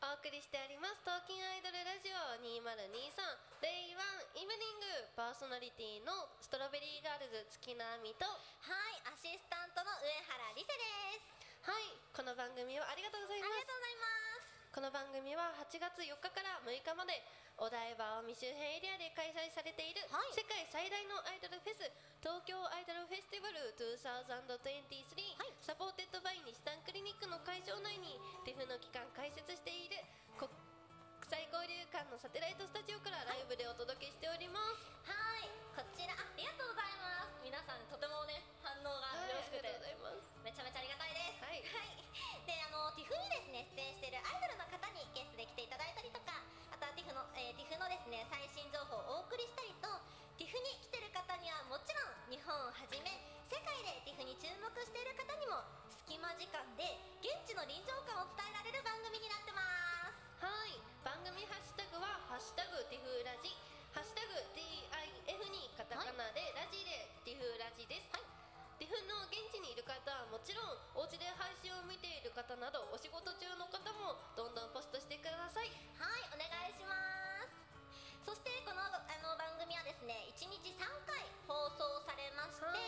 送りしております「トーキンアイドルラジオ2023レイワンイブニング」パーソナリティのストロベリーガールズ月並みとはい、アシスタントの上原理瀬です。はいこの番組をありがとうございありまがとうございすこの番組は8月4日から6日までお台場近江周辺エリアで開催されている、はい世界最大のアイドルフェス東京アイドルフェスティバル2023、サポーテッドバイ西丹クリニックの会場内にデフの期間開設している国際交流館のサテライトスタジオからライブでお届けしております、ます。はい、こちらありがとうございます。皆さんとてもね反応がよろしくありがとうございますて、めちゃめちゃありがたいです。はいで、あのティフにですね出演しているアイドルの方にゲストで来ていただいたりとか、あとはティフの、えー、ティフのですね最新情報をお送りしたりと、ティフに来てる方にはもちろん日本をはじめ世界でティフに注目している方にも隙間時間で現地の臨場感を伝えられる番組になってます。はい番組ハッシュタグは「ハッシュタグティフラジ」「ハッシュタグ TIF」にカタカナで、ラジでティフラジです、ティフの現地にいる方はもちろんお家で配信を見ている方などお仕事中の方もどんどんポストしてくださいはい、お願いします。そしてこのあの番組はですね、1日3回放送されまして、は、は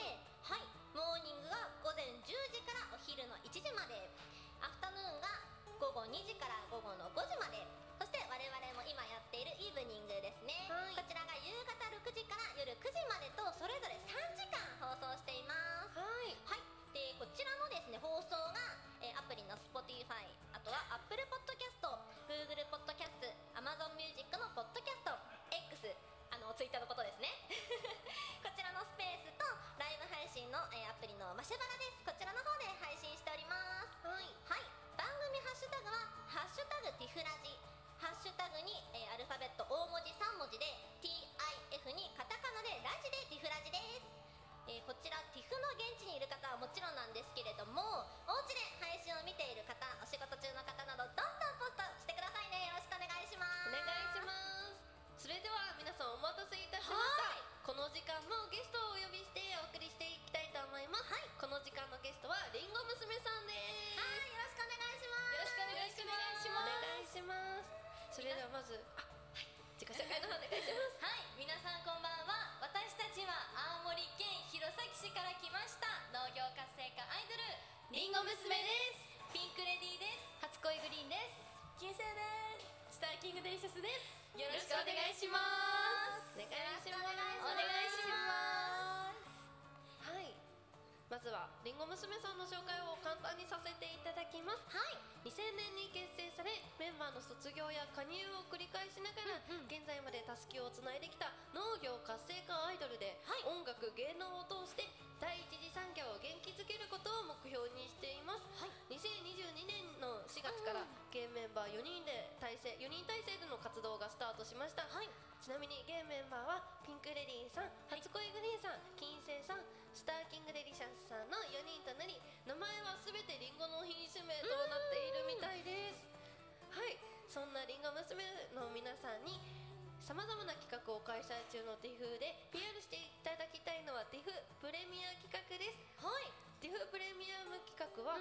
いモーニングが午前10時からお昼の1時まで、アフタヌーンが午後2時から午後の5時まで、そして我々も今やっているイブニングですね。はいこちらが夕方6時から夜9時までとそれぞれ3時間放送しています。はいはい、でこちらのですね放送が、えーアプリの Spotify あとは Apple PodcastGoogle PodcastAmazonMusic の PodcastX あの Twitter のことですねこちらのスペースとライブ配信の、えーアプリのマシュバラですこちらの方で配信しておりますはいはい、番組ハッシュタグは「ハッシュタグティフラジ」ハッシュタグに、えーアルファベット大文字3文字で TIF にカタカナでラジでティフラジです、えーこちらティフの現地にいる方はもちろんなんですけれどもお家で配信を見ている方お仕事中の方などどんどんポストしてくださいねよろしくお願いしまおす願いしますそれでは皆さんお待たせいたしましたこの時間もゲストをお呼びしてお送りしていきたいと思います、この時間のゲストはりんご娘さんですはいよろしくお願いしよろしくお願いしますます。お願いします。それではまず、あ、はい、自己紹介の方お願いします。はい、皆さんこんばんは。私たちは青森県弘前市から来ました農業活性化アイドルりんご娘です。ピンクレディーです。初恋グリーンです。金星です。スターキングデリシャスです。よろしくお願いします。お願いします。お願いします。す。 はい。まずはりんご娘さんの紹介を簡単にさせていただきます。はい2000年に結成されメンバーの卒業や加入を繰り返しながら、現在までたすきをつないできた農業活性化アイドルで、はい音楽芸能を通して第一次産業を元気づけることを目標にしています、はい2022年の4月からゲームメンバー4人で体制4人体制での活動がスタートしました、はいちなみにゲームメンバーはピンクレディーさん、初恋グリーンさん、金星さん、スターキングデリシャスさんの4人となり、名前はすべてリンゴの品種名となっているみたいです。はい、そんなリンゴ娘の皆さんに。さまざまな企画を開催中の TIFF で PR していただきたいのは TIFF プレミア企画ですはい TIFF プレミアム企画は、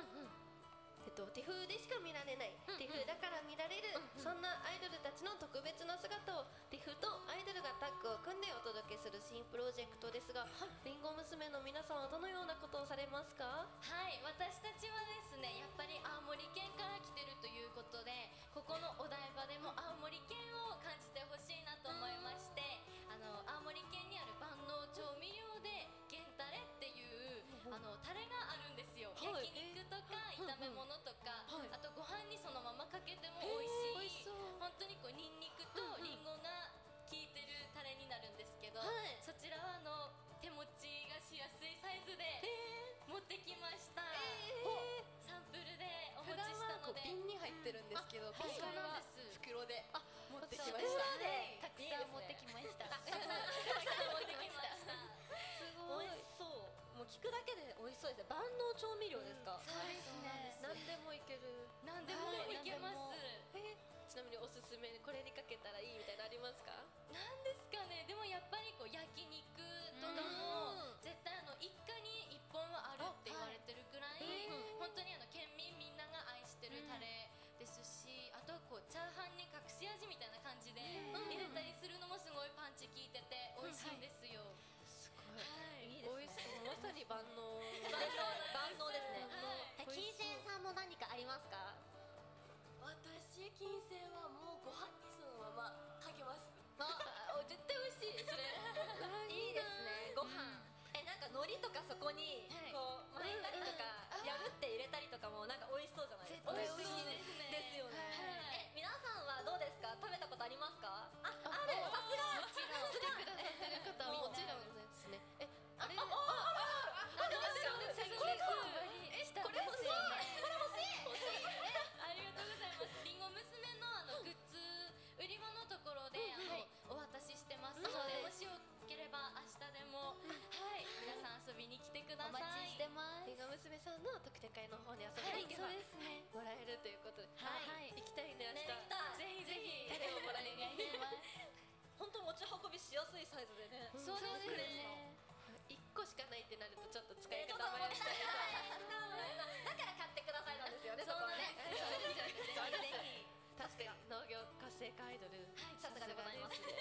えっと、ティフでしか見られない、うんティフだから見られる、そんなアイドルたちの特別な姿をティフとアイドルがタッグを組んでお届けする新プロジェクトですが、りんリンゴ娘の皆さんはどのようなことをされますかはい、私たちはですね、やっぱり青森県から来てるということで、ここのお台場でも青森県を感じてほしいなと思いまして、あの青森県にある万能調味料で源タレっていうあのタレがあるんですよ。はい焼肉とか炒め物とか、はいあとご飯にそのままかけてもえー美味美味ししい。そう本当にこうニンニクとリンゴが効いてるタレになるんですけど、はいそちらはあの手持ちがしやすいサイズで。持ってきました、えサンプルでお持普ち段したはこうので瓶に入ってるんですけど、あ今回そうなんはです袋で持ってきました。そはうたくさん持ってきましたたくさん持ってきましたすごいい。そう。もう聞くだけで美味しそうですね。万能調味料ですか。そうですね何でもいける何でもいけますえちなみにおすすめこれにかけたらいいみたいなのありますかなんですかねでもやっぱりこう焼肉とかも絶対あの一家に一本はあるって言われてるくらい、本当にあの県民みんなが愛してるタレですし、あとはこうチャーハ万能ですね。万能え金星さんも何かありますか私金星はもうご飯にそのままかけますあ、絶対美味しい。それ。いいですね。ご飯。え、なんか海苔とかそこにはいこう巻いたりとか、やるって入れたりとかもなんか美味しそうじゃないですか。絶ですね。ですよね。え、対美味しいはい皆さんはどうですか。食べたことありますか。あ、あるる。さすが。来てくださってる方はもちろんですねえあれあありますよねこれかこれ欲しいこれ欲しい欲しいありがとうございますりんご娘のあのグッズ売り場のところであのお渡ししてますのではいもしよければ明日でもはい皆さん遊びに来てくださいまりんご娘さんの特典会の方に遊はびいに行けそばうですねもらえるということではい行きたいね明ね行きたい日ぜひぜひ手をもらいにます本当持ち運びしやすいサイズでね。うんそうですね1個しかないってなるとちょっと使いえちょ方っと迷もっっちたゃいなうい。だから買ってくださいなんですよね。そうなんですそこはね確かに農業活性化アイドルはいさすがでございますね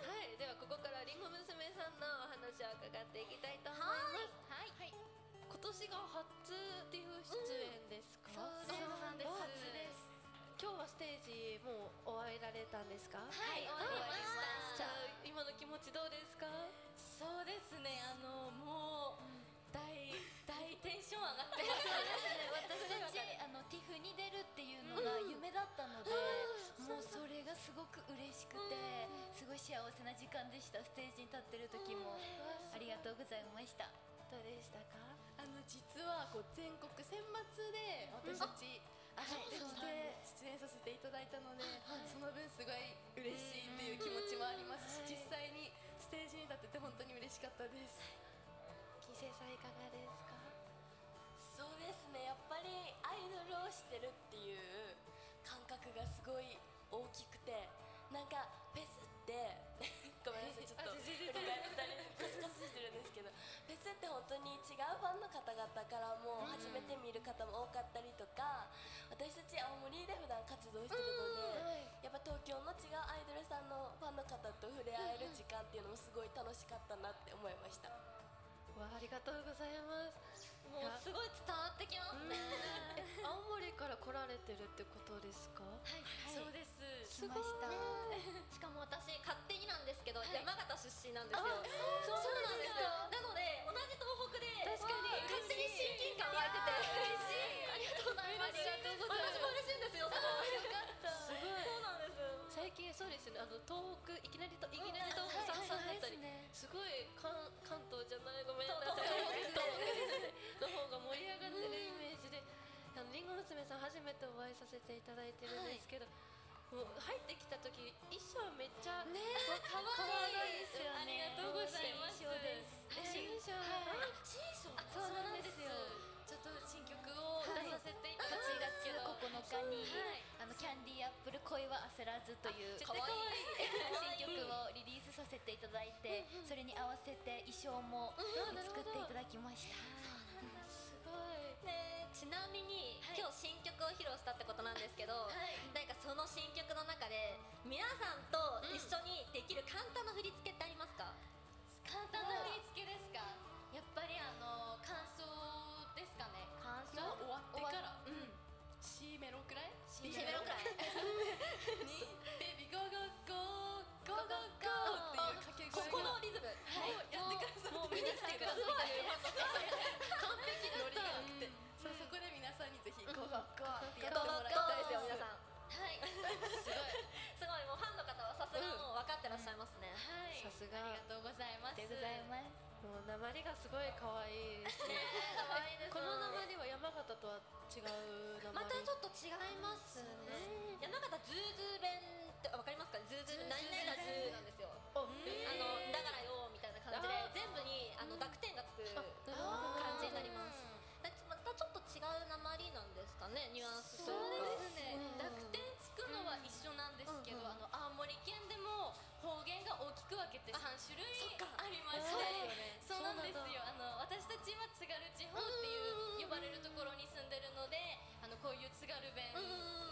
はいではここからりんご娘さんのお話を伺っていきたいと思いますはいはい今年が初 TIFF 出演ですか、そうなんです初です今日はステージもう終えられたんですか、はい終わりましじゃたあ今の気持ちどうですかそうですね、あのもう大大テンション上がってます私たちあのティフに出るっていうのが夢だったので、もうそれがすごく嬉しくて、すごい幸せな時間でしたステージに立ってる時も、ありがとうございましたどうでしたかあの実はこう全国選抜で私たち上がってきて出演させていただいたのでその分すごい嬉しいっていう気持ちもありますし実際にステージに立ってて本当に嬉しかったです金星さんいかがですかそうですねやっぱりアイドルをしてるっていう感覚がすごい大きくてなんかフェスって ごめんなさいちょっとお互い二人カスカスしてるんですけどフェスって本当に違うファンの方々からも初めて見る方も多かったりとか私たち青森で普段活動してるので。やっぱ東京の違うアイドルさんのファンの方と触れ合える時間っていうのもすごい楽しかったなって思いました。わあありがとうございますもうすごい伝わってきますねえ青森から来られてるってことですかそうです来ました。しかも私勝手になんですけど、山形出身なんですあよそうなんですよかなので同じ東北で確かに勝手に親近感湧いてて嬉しいありがとうございます私も嬉しいんですよすすごいごい最近そうですねあの東北いきなりといきなり東北さんさんだったりすごい関関東じゃないごめんなさい東北の方が盛り上がってるイメージであのりんご娘さん初めてお会いさせていただいてるんですけど、もう入ってきた時衣装めっちゃね可愛いですよねありがとうございます新衣装です新衣装はいそうなんですよちょっと新曲を出させていただいたんですけど、 9日に、はいあのキャンディーアップル恋は焦らずという絶対可愛い 新曲をリリースさせていただいて、それに合わせて衣装もうん作っていただきました。すごいねちなみに、はい今日新曲を披露したってことなんですけど、はいなんかその新曲の中で皆さんと一緒にできる簡単な振り付けってありますか、簡単な振り付けですかやっぱりあの感想ですかね感が終わってから、うん C メロくらい C シメロくらいに「ベビーゴーゴーゴーゴーゴーゴー」っていう掛け声こがのリズムをやってくださってるんですけどノリが良くてそうそこで皆さんにぜひ「ゴーゴーゴー」ってやっ てもらいたいですよ皆さんはいすごいもうファンの方はさすがもう分かってらっしゃいますね、はいさすあがりがとうございますありがとうございます。もう鉛がすごい可愛いですねこの鉛は山形とは違う鉛またちょっと違いますね山形ズーズー弁ってわかりますかズーズー何々がズーなんですよあおのだからよみたいな感じあーで全部にあの濁点がつくなるほど感じになりますだまたちょっと違うなまりなんですかねニュアンスとそういうかですね濁点つくのは一緒なんですけど、あの青森県でも方言が大きく分けて3種類ありましてそうなんですよあの私たちは津軽地方っていう呼ばれるところに住んでるのであのこういう津軽弁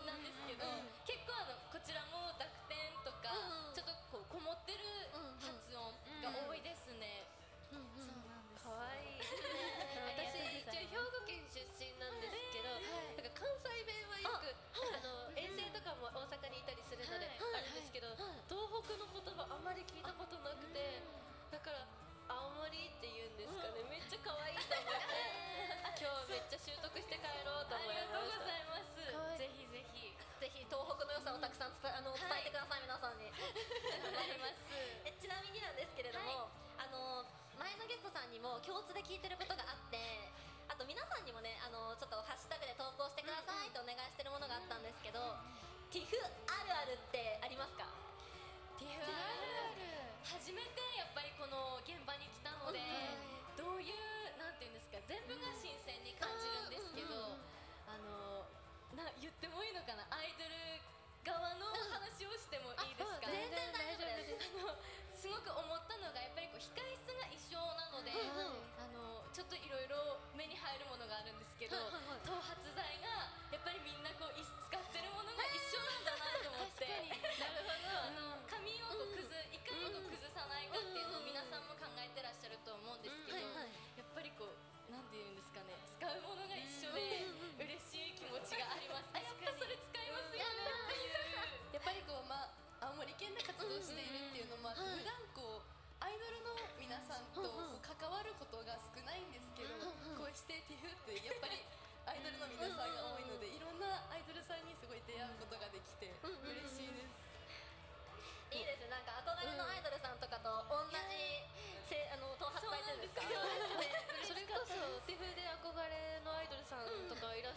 なんですけど、結構あのこちらも濁点とか、うんちょっとこうこもってる発音が多いですね、可愛いね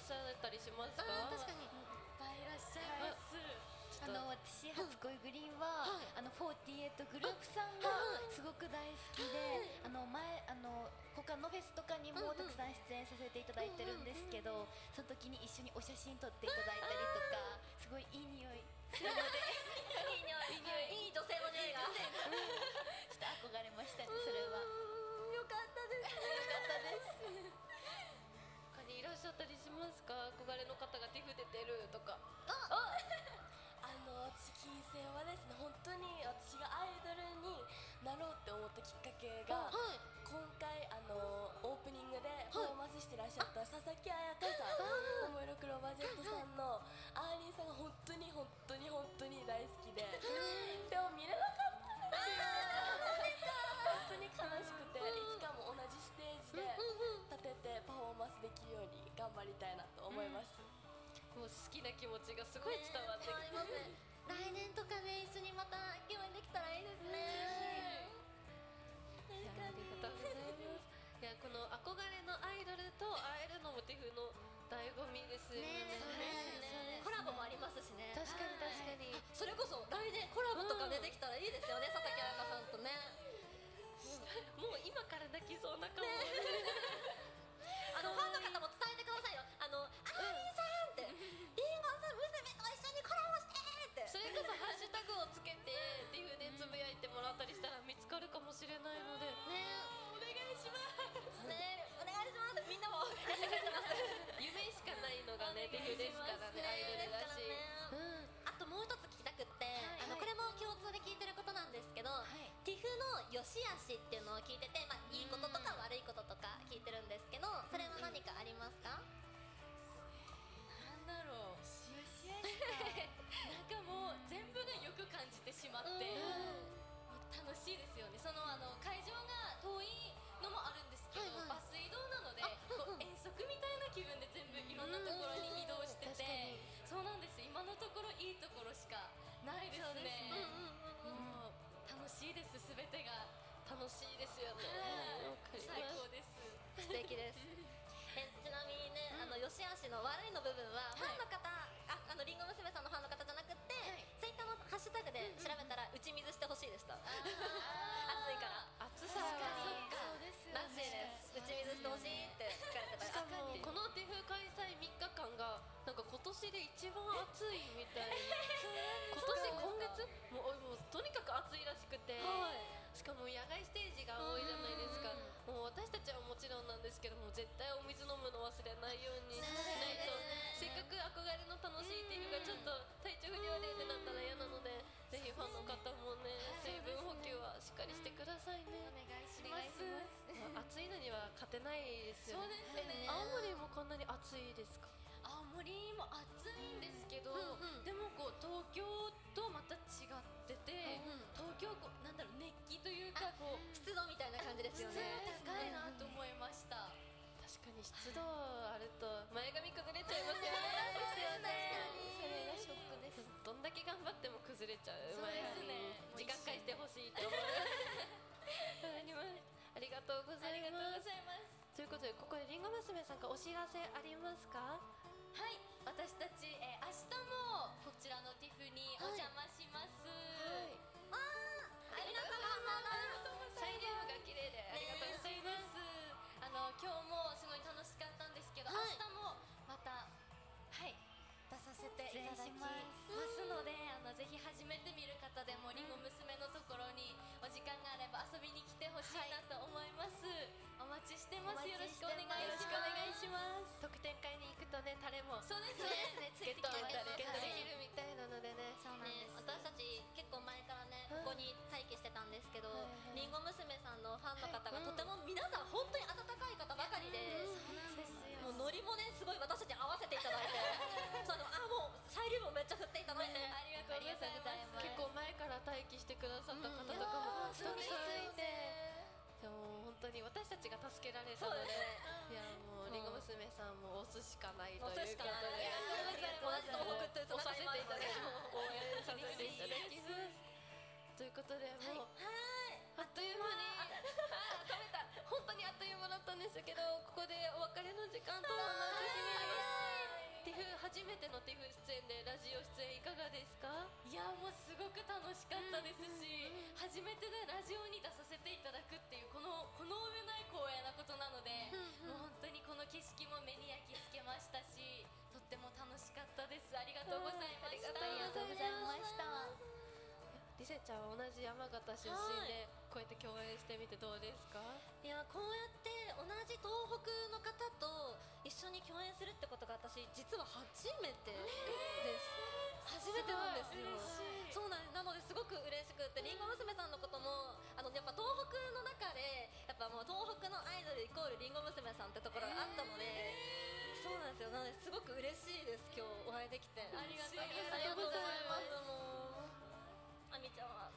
しゃったりしますかあー確かにぱいいらっしゃいます。あの私初恋グリーンは、あの48グループさんがすごく大好きで、あの前あの他のフェスとかにもたくさん出演させていただいてるんですけど、その時に一緒にお写真撮っていただいたりとか、すごいいい匂いするので いい女性のねがちょっと憧れましたねそれは。よかったです他にいらっしゃったりしますか憧れの方がティフ出てるとかあの私金星はですね本当に私がアイドルになろうって思ったきっかけが、はい今回あのオープニングでパフォーマンスしてらっしゃった佐々木彩香さんももいろクローバー Z さんのアーリンさんが本当に本当に本当に大好きででも見れなかったんですよ本当に悲しくていつかも同じステージで立ててパフォーマンスできるように頑張りたいなと思います、もう好きな気持ちがすごい伝わってきて、りますね来年とかね一緒にまた共演できたらいいですねいやありがとうございますいやこの憧れのアイドルと会えるのもティフの醍醐味ですよねねコラボもありますしね確かに確かに、それこそ来年コラボとか出てきたらいいですよね佐々木彩香さんともねう今から泣きそうな顔、あのファンの方も伝えてくださいよあのあーりんさんってりんごさん娘と一緒にコラボしてってそれこそハッシュタグをつけてティフでつぶやいてもらったりしたら見つかるかもしれないのでねお願いしますねお願いしますみんなも夢しかないのがねティフですからねアイドルだし、ねあともう一つ聞きたくって、あのこれも共通で聞いてることなんですけど、いティフの良し悪しっていうのを聞いてて、まあ、いいこととか悪いこととか聞いてるんですけどそれは何かありますか、なんだろう。なんかもう全部がよく感じてしまって、もう楽しいですよね。そのあの会場が遠いのもあるんですけど、はいはいバス移動なので、こう遠足みたいな気分で全部いろんなところに移動してて、そうなんです。今のところいいところしかないですね。もう楽しいです。すべてが楽しいですよね、わかります最高です。素敵ですえちなみにね、あの良し悪しの悪いの部分は、ファンの方ああのりんご娘さんのファンの方じゃなくって、ツイッターのハッシュタグで調べたら打ち水してほしいでした暑いから暑さはそうですよらしいです打ち水してほしいって書かれしてましたかもこのディフ開催3日間がなんか今年で一番暑いみ たい今年今月もうもうとにかく暑いらしくて、しかも野外ステージが多いじゃないですかもう私たちはもちろんなんですけども絶対お水飲むの忘れないようにしないとせっかく憧れの楽しいディフがちょっと体調不良でってなったら嫌なのでぜひファンの方もね水分補給はしっかりしてくださいねお願いしおま願いす。します暑いのには勝てないですそようねですね。青森もこんなに暑いですか青森も暑いんですけど、うんうんでもこう東京とまた違ってて、東京こうなんだろう熱気というかこう湿度みたいな感じです普よ通ね高いなと思いました、確かに湿度あると前髪崩れちゃいますよねショックです。どんだけ頑張っても崩れちゃうそう前です髪ね時間返してほしいと思うわかり ますありがとうござあいりがとうまごすざいますということでここでりんご娘さんからお知らせありますかはい私たち、えー明日もこちらのティフにお邪魔します、ありがとうございます。サイリウムが綺麗で、ありがとうございます。あの、今日もすごい楽しかったんですけど、明日もまた。はい。出させていただきますので、あの、ぜひ初めて見る方でも、りんご娘のところに。お時間があれば、遊びに来てほしいなと思います。お待ちしてます。よろしくお願いします。ます特典会に行くとねタレもそうですね。ゲットきますゲットできるみたいなのでねそうなんです、私たち結構前からねここに待機してたんですけど、はいはいりんご娘さんのファンの方がとても皆さん本当に温かい方ばかりで、もうノリもねすごい私たちに合わせていただいてそうあのあもうサイリウムめっちゃ振っていただいて、ありがとうございます。結構前から待機してくださった方とかもたくさんいて、でも本当に私たちが助けられたそうのでで、すねいやもうりんご娘さんも押すしかないということ押で、すしかないありがとうございます押させていただき応援させていただきます。ということでもう、あっという間にあ食べた本当にあっという間だったんですけどここでお別れの時間となってしまいました。初めてのティフ出演でラジオ出演いかがですかいやもうすごく楽しかったですし、初めてでラジオに出させていただくっていうこのこの上ない光栄なことなので、もう本当にこの景色も目に焼き付けましたしとっても楽しかったですありがとうございました、うんありがとうございましたリセちゃんは同じ山形出身でこうやって共演してみてどうですかいやこうやって同じ東北の方と一緒に共演するってことが私実は初めてです、初めてなんですよそうなんですなのですごく嬉しくってりんご娘さんのこともあのやっぱ東北の中でやっぱもう東北のアイドルイコールりんご娘さんってところがあったので、そうなんですよなのですごく嬉しいです今日お会いできてありがとうございますあみちゃんは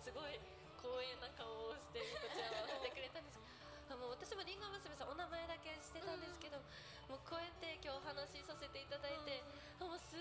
すごい光栄な顔をしてこちらはしてくれたんですあもう私もりんご娘さんお名前だけしてたんですけど、もうこうやって今日お話しさせていただいて、あもうすご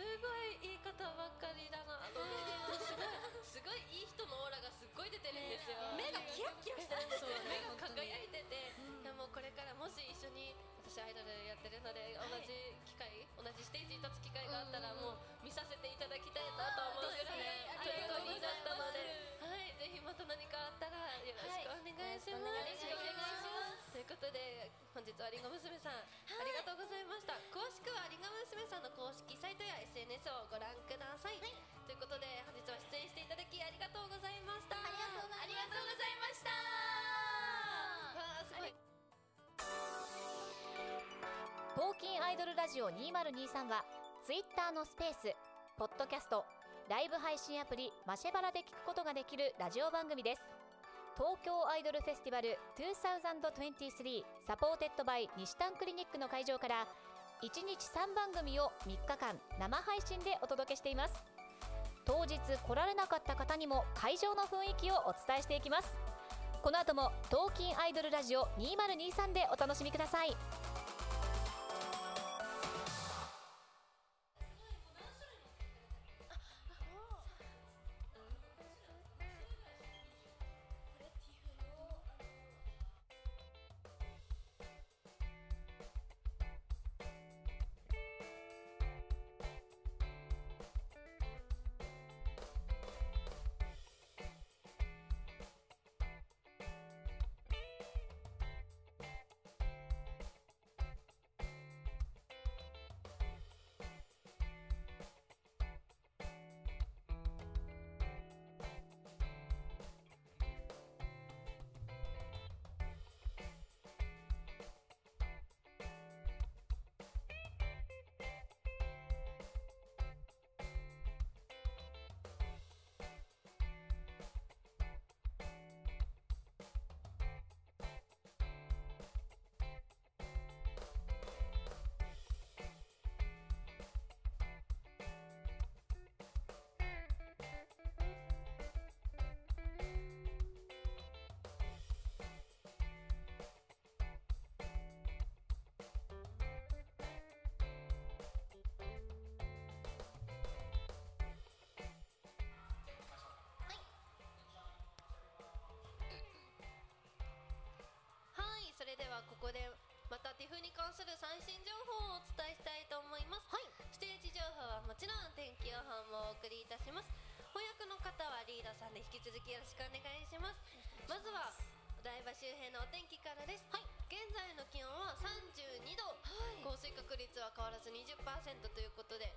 いいい方ばっかりだなと思ってすごいいい人のオーラがすっごい出てるんですよ、目がキラッキラしてるんですそうよ目が輝いてて、いやもうこれからもし一緒に私アイドルやってるので同じ機会、同じステージに立つ機会があったらもう見させていただきたいなと思うぐらいあー虜どうぞになったので、はい、ぜひまた何かあったらよろしくお願いします。よろしくお願まいしすということで本日はりんご娘さん、ありがとうございました。詳しくはりんご娘さんの公式サイトや SNS をご覧ください。ということで本日は出演していただきありがとうございました。ありがとうありがとうございましたわあすごい。冒険アイドルラジオ2023はツイッターのスペースポッドキャストライブ配信アプリマシェバラで聞くことができるラジオ番組です東京アイドルフェスティバル2023サポーテッドバイ西丹クリニックの会場から1日3番組を3日間生配信でお届けしています当日来られなかった方にも会場の雰囲気をお伝えしていきますこの後も「東京アイドルラジオ2023」でお楽しみくださいはい、それではここでまた TIFF に関する最新情報をお伝えしたいと思います、ステージ情報はもちろん天気予報もお送りいたします翻訳の方はリーダーさんで引き続きよろしくお願いしますまずはお台場周辺のお天気からです、現在の気温は32度、降水確率は変わらず20%ということで、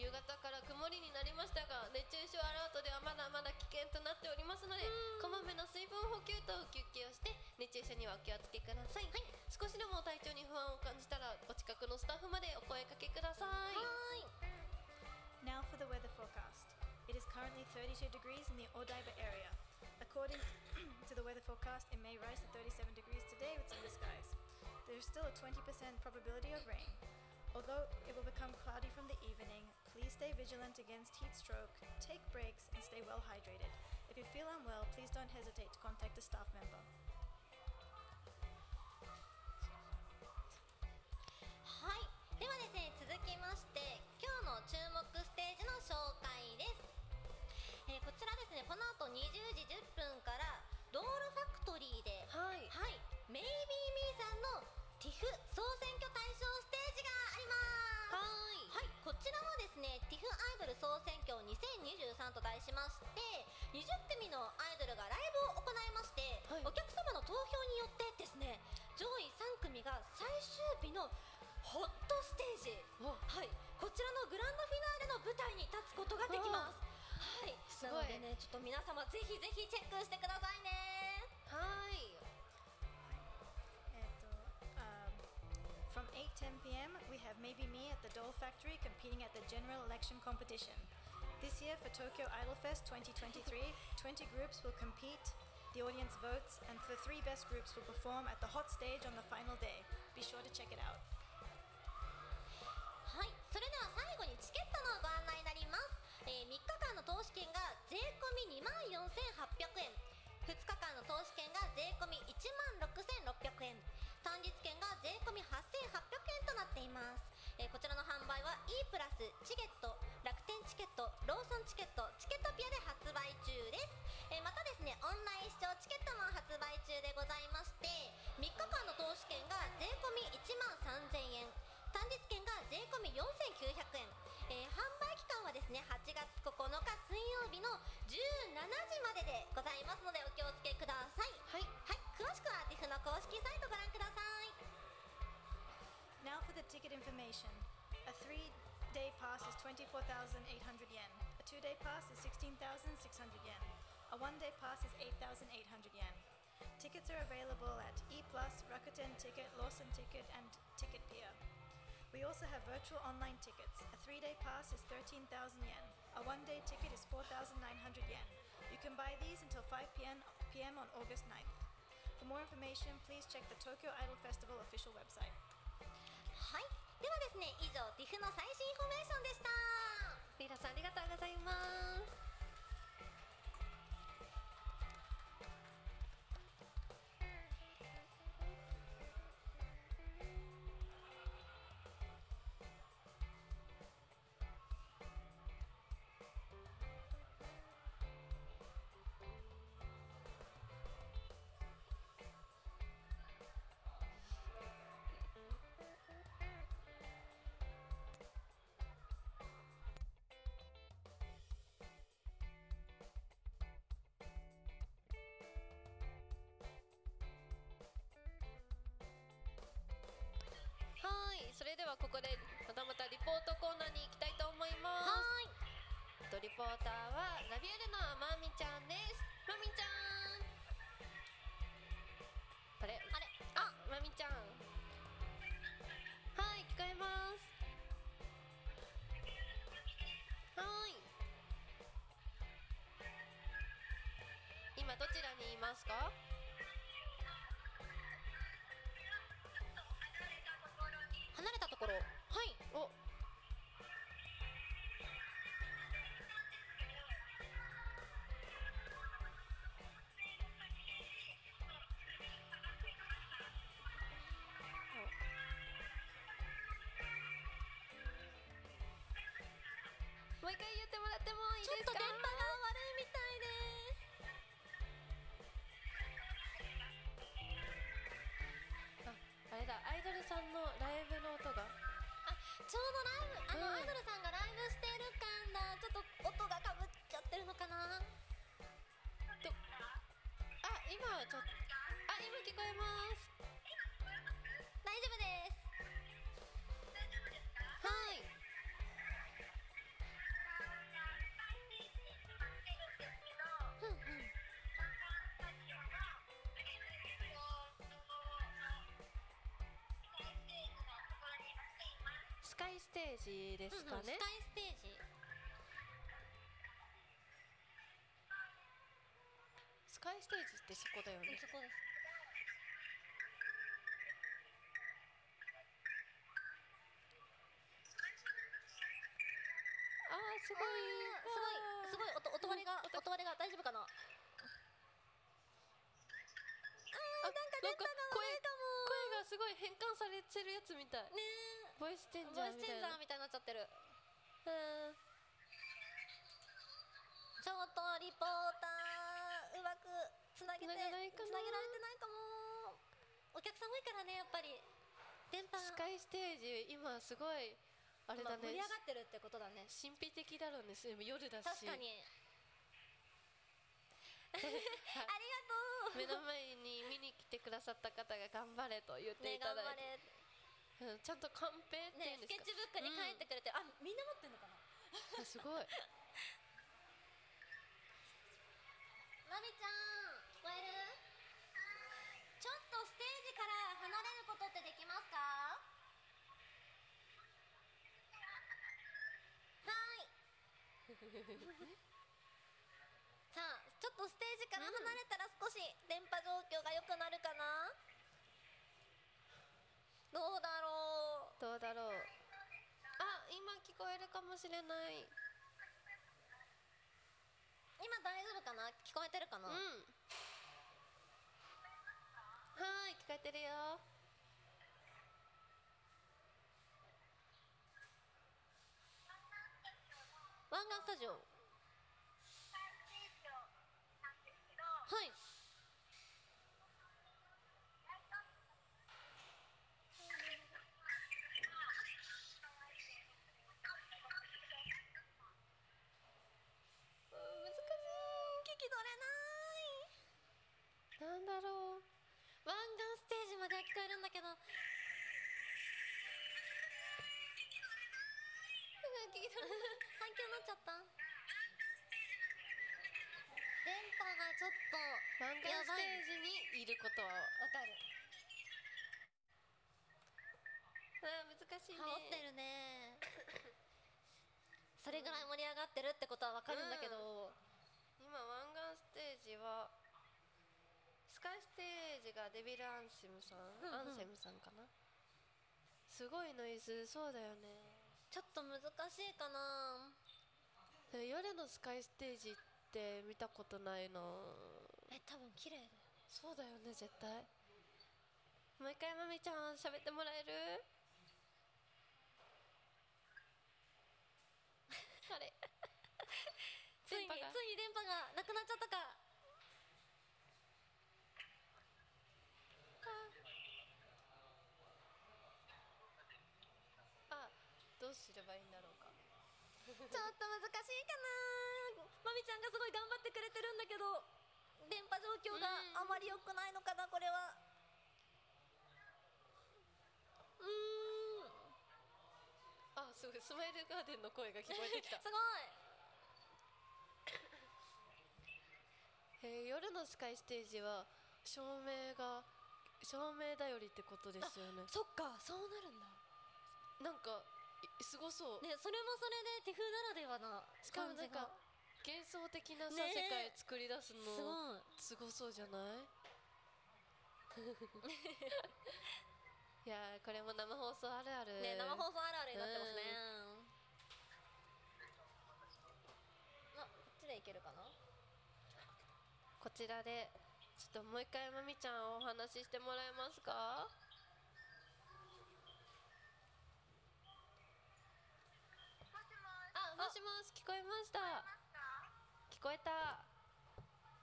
夕方から曇りになりましたが熱中症アラートではまだまだ危険となっておりますのでこまめな水分補給と休憩をして熱中症にはお気をつけください、少しでも体調に不安を感じたらお近くのスタッフまでお声かけください Now for the weather forecast. It is currently 32 degrees in the Odaiba area. According to the weather forecast, it may rise to 37 degrees today with sunny skies. There is still a 20% probability of rain. Although it will become cloudy from the evening, please stay vigilant against heat stroke, take breaks, and stay well hydrated. If you feel unwell, please don't hesitate to contact a staff member. はい、ではですね、続きまして、今日の注目ステージの紹介です。えーこちらですね、この後20時10分から、ロールファクトリーで、はいはい、メイビーミーさんの TIFF 総選挙対象ステージがあります。は選挙2023と題しまして20組のアイドルがライブを行いまして、お客様の投票によってですね上位3組が最終日のホットステージ、はい、こちらのグランドフィナーレの舞台に立つことができます。はい、なのでねちょっと皆様ぜひぜひチェックしてくださいね。はい。えっと、um, from 8:10 p.m. we have Maybe Me at the Doll Factory competing at the general election competition. This year for Tokyo Idol Fest 2023, 20 groups will compete. The audience votes, and the three best groups will perform at the hot stage on the final day. Be sure to check it out. はい、それでは最後にチケットのご案内になります、えー、3日間の投資券が税込み2万4800円2日間の投資券が税込み1万6600円単日券が税込み8800円となっています、えーこちらの販売は e プラスチゲット楽天チケットローソンチケットチケットピアで発売中です、えーまたですねオンライン視聴チケットも発売中でございまして3日間の投資券が税込み1万3000円単日券が税込み4900円、えー販売期間はですね8月9日水曜日の17時まででございますのでお気をつけくださいはい、詳しくは TIFF の公式サイトご覧ください Now for the ticket information. A three day pass is 24,800 yen. A two day pass is 16,600 yen. A one day pass is 8,800 yen. Tickets are available at E Plus, Rakuten Ticket, Lawson Ticket, and Ticket Pier. We also have virtual online tickets. A three day pass is 13,000 yen. A one day ticket is 4,900 yen. You can buy these until 5 p.m. PM on August 9th. For more information, please check the Tokyo Idol Festival official website. はいではですね以上 TIFF の最新インフォリーメーションでしたラさんありがとうございます。はい、それではここでまたまたリポートコーナーに行きたいと思います。はいとリポーターはラビエルのまみちゃんです。まみちゃん。あれあれあまみちゃん。はい聞こえます。はい。今どちらにいますか？離れたところはいお。もう一回言ってもらってもいいちょでっすとか電波が悪いみたいですあれだアイドルさんのライブの音がちょうどライブあの、アイドルさんがライブしてるからちょっと音がかぶっちゃってるのかなあ今はちょっとあ今聞こえます大丈夫ですはいスカイステージでうんうすんかね、スカイステージスカイステージってそこだよねそこですあーすごいすごいすごい音音割れが音割れが大丈夫かななんか声声がすごい変換されてるやつみたいねボイスチェンジボャーイスみチたェいなンジャーみたいになっちゃってるうんちょっとリポーターうまくつなげつなてつげなないげかなられてないかもお客さん多いからねやっぱり電波スカイステージ今すごいあれだ盛りね上がってるってことだね神秘的だろうねでも夜だし確か に あありがとう目の前に見に来てくださった方が頑張れと言ってねいた頑だ張いて、れうん、ちゃんとカンペっていねうスんですケッか、チブックに書いてくれてるあみんな持ってんのかなあすごいまみちゃん聞こえるちょっとステージから離れることってできますかはい さあちょっとステージから離れたら少し電波状況が良くなるかなどうだろうどうだろうあ今聞こえるかもしれない今大丈夫かな聞こえてるかうな、んはーい聞こえてるよ湾岸スタジオはいうん難しい聞き取れないなんだろう湾岸ステージまでは聞こえるんだけどうん聞き取れない反響になっちゃった電波がちょっと漫画やスばいテージにいることはわかるあー難しいね羽織ってるね それぐらい盛り上がってるってことはわかるんだけど、今湾岸ステージはスカイステージがデビル・アンセムさん、うんうんアンセムさんかなすごいノイズそうだよねちょっと難しいかなで夜のスカイステージって見たことないなえ多分綺麗だよそうだよね絶対もう一回まみちゃん喋ってもらえ るあ れついに電波がついに電波がなくなっちゃったかあどうすればいいんだろうかちょっと難しいかなまみちゃんがすごい頑張ってくれてるんだけど電波状況があまり良くないのかなこれはうーあんすごいスマイルガーデンの声が聞こえてきた すごいえー夜のスカイステージは照明が照明頼りってことですよねそっかそうなるんだなんかいすごそう、ねそれもそれで手風ならではなしかも感なじんかが幻想的なさ、ね世界作り出すすごのいすごそう じゃないいやーこれも生放送あるあるね生放送あるあるになってますねあこっちでいけるかなこちらでちょっともう一回まみちゃんお話ししてもらえますかあもしもし聞こえました聞こえた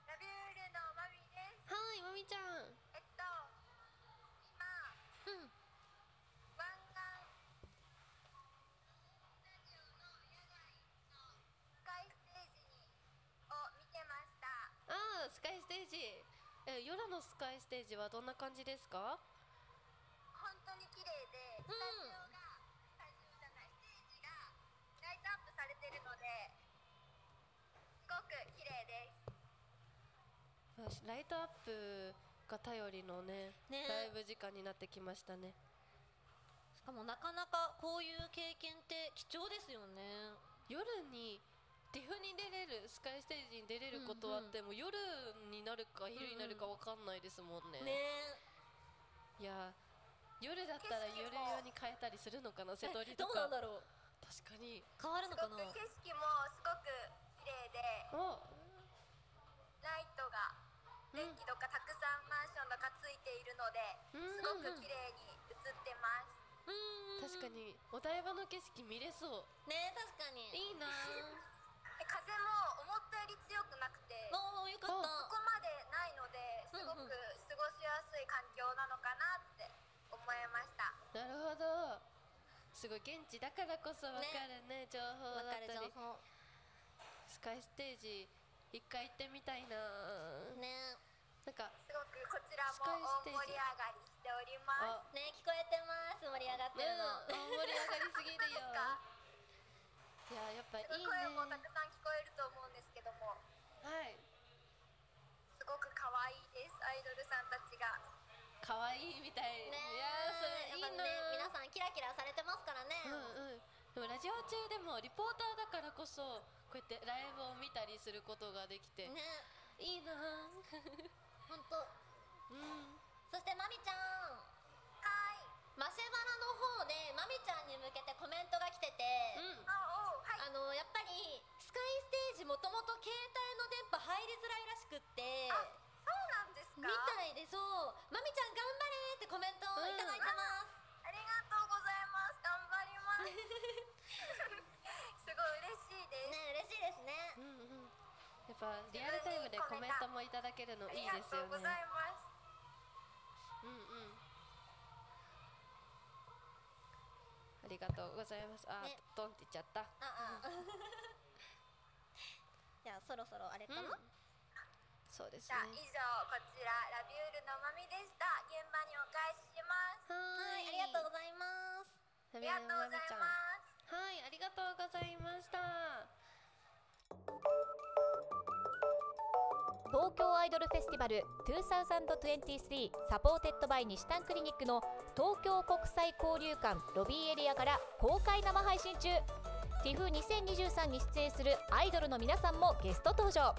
ラビュールのマミです。はいまみちゃんえっと、今、湾岸スタジオの野外のスカイステージにを見てました。あースカイステージえ夜のスカイステージはどんな感じですか本当に綺麗で、スタジオが、スタジオじゃない、ステージがライトアップされてるので、すごく綺麗です。ライトアップが頼りのねねライブ時間になってきましたねしかもなかなかこういう経験って貴重ですよね夜にディフに出れるスカイステージに出れることはあっても、夜になるか昼になるかわかんないですもんね,、ねいや夜だったら夜用に変えたりするのかな瀬戸りとどうなかんだろう確かに変わるすのごかなく景色もすごく綺麗で。おライトが電気とかたくさんマンションとかついているので、うんすごく綺麗に映ってま確す、かにお台場の景色見れそうね確かにいいなで風も思ったより強くなくてこおおよかったこまでないのですごく過ごしやすい環境なのかなって思いました、なるほどすごい現地だからこそ分かるね情報わだかっるた情り報スカイステージ一回行ってみたいな、ねなんかすごくこちらも大盛り上がりしております。あね聞こえてます盛り上がっうんてるの、大盛り上がりすぎる よいややっぱいい声ねもたくさん聞こえると思うんですけども、はいすごく可愛いですアイドルさんたちが。可愛いみたい、ねいやーそれいいやっぱなね皆さんキラキラされてますからね、うんうんでもラジオ中でもリポーターだからこそこうやってライブを見たりすることができて、ねいい なあ本当うんそしてまみちゃんはい。マシェバラの方でまみちゃんに向けてコメントが来てて、うんあおうはあい。のやっぱりスカイステージもともと携帯の電波入りづらいらしくってそうなんですみか。たいでそうまみちゃん頑張れってコメントをいただいてます、ありがとうございます。頑張ります。すごい嬉しいです。ね嬉しいですねうんうんやっぱリアルタイムでコメントもいただけるのあいい りがですとようござねいます。うんうんありがとうございますあー、ねトンって言っちゃったああ じゃあそろそろあれかな、うんそうですじゃあ以ね上こちらラビュールのまみでした現場にお返ししますはいありがとうございますあありがとうございますはいありがとうございました東京アイドルフェスティバル2023サポーテッドバイ西丹クリニックの東京国際交流館ロビーエリアから公開生配信中 TIFF2023 に出演するアイドルの皆さんもゲスト登場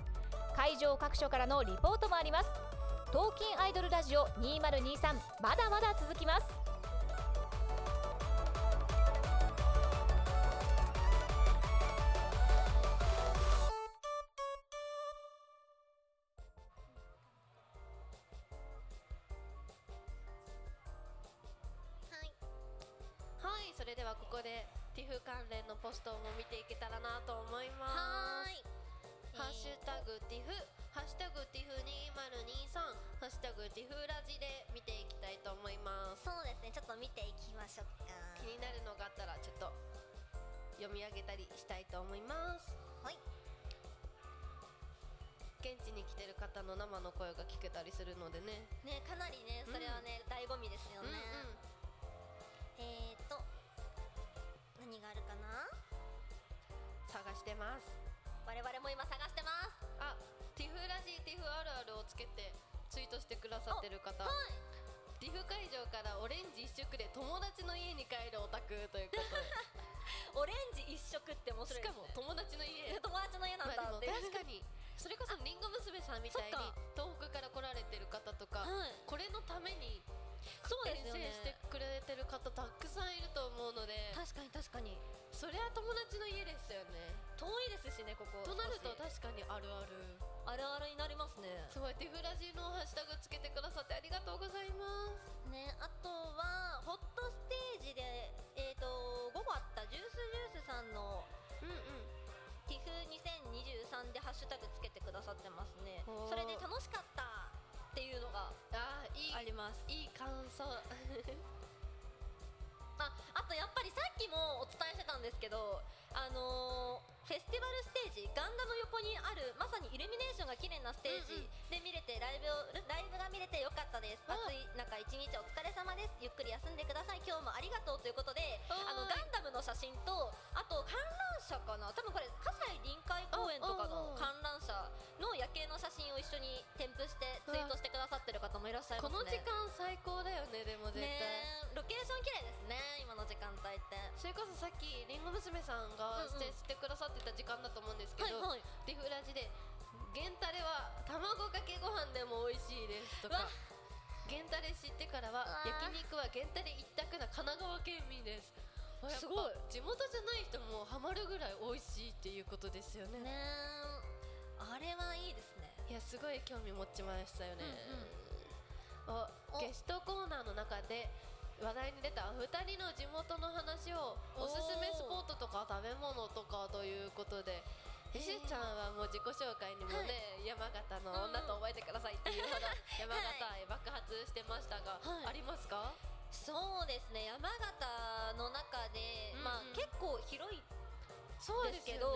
会場各所からのリポートもあります東京アイドルラジオ2023まだまだ続きますはいはいそれではここで TIFF 関連のポストも見ていけたらなと思いまはすーいハッシュタグ TIFF、ハッシュタグ TIFF2023、ハッシュタグ TIFF ラジで見ていきたいと思います。そうですねちょっと見ていきましょうか気になるのがあったらちょっと読み上げたりしたいと思います。はい現地に来てる方の生の声が聞けたりするのでね。ねかなりねそれはね、醍醐味ですよね、えーと何があるかな探してます。我々も今探してますあ、TIFF ラジ TIFF あるあるをつけてツイートしてくださってる方。TIFF 会場からオレンジ一色で友達の家に帰るオタクということで。オレンジ一色って 面白しいでかすもね友達の家友達の家なんまだあっでても確かにそれこそりんご娘さんみたいにそっか東北から来られてる方とかはいこれのためにそう遠ですよ征ねしてくれてる方たくさんいると思うので確かに確かにそれは友達の家ですよね遠いですしねこことなると少確しかにあるあるあるあるになりますねすごい手フラジのハッシュタグつけてくださってありがとうございますねあとはホットステージでえーと午後あったジュースジュースさんのうんうん TIFF2023 でハッシュタグつけてくださってますねおーそれで楽しかったっていうのがあーいいありますいい感想ああとやっぱりさっきもお伝えしてたんですけどあのーフェスティバルステージガンダの横にあるまさにイルミネーションが綺麗なステージで見れてライブをライブが見れてよかったですうん暑い中一日お疲れ様ですゆっくり休んでください今日もありがとうということでーいあのガンダムの写真とあと観覧車かな多分これ葛西臨海公園とかのうんうんうん観覧車の夜景の写真を一緒に添付してツイートしてくださってる方もいらっしゃいこますのね時間最高だよねでも絶対、ねえロケーション綺麗ですね今の時間帯ってそれこそさっきりんご娘さんがうんうん出演してくださってた時間だと思うんですけど、はいはいリフラジで「ゲンタレは卵かけご飯でも美味しいです」とかわ「ゲンタレ知ってからはわ焼肉はゲンタレ一択な神奈川県民です」やっぱすごい地元じゃない人もハマるぐらい美味しいっていうことですよねねえあれはいいですねいやすごい興味持ちましたよね、おおゲストコーナーの中で話題に出た2人の地元の話をおーおすすめスポットとか食べ物とかということでひしちゃんはもう自己紹介にもね、山形の女と覚えてくださいっていうほど山形へ爆発してましたが、はいありますかそうですね山形の中で、うんうんまあ、結構広いそうですけど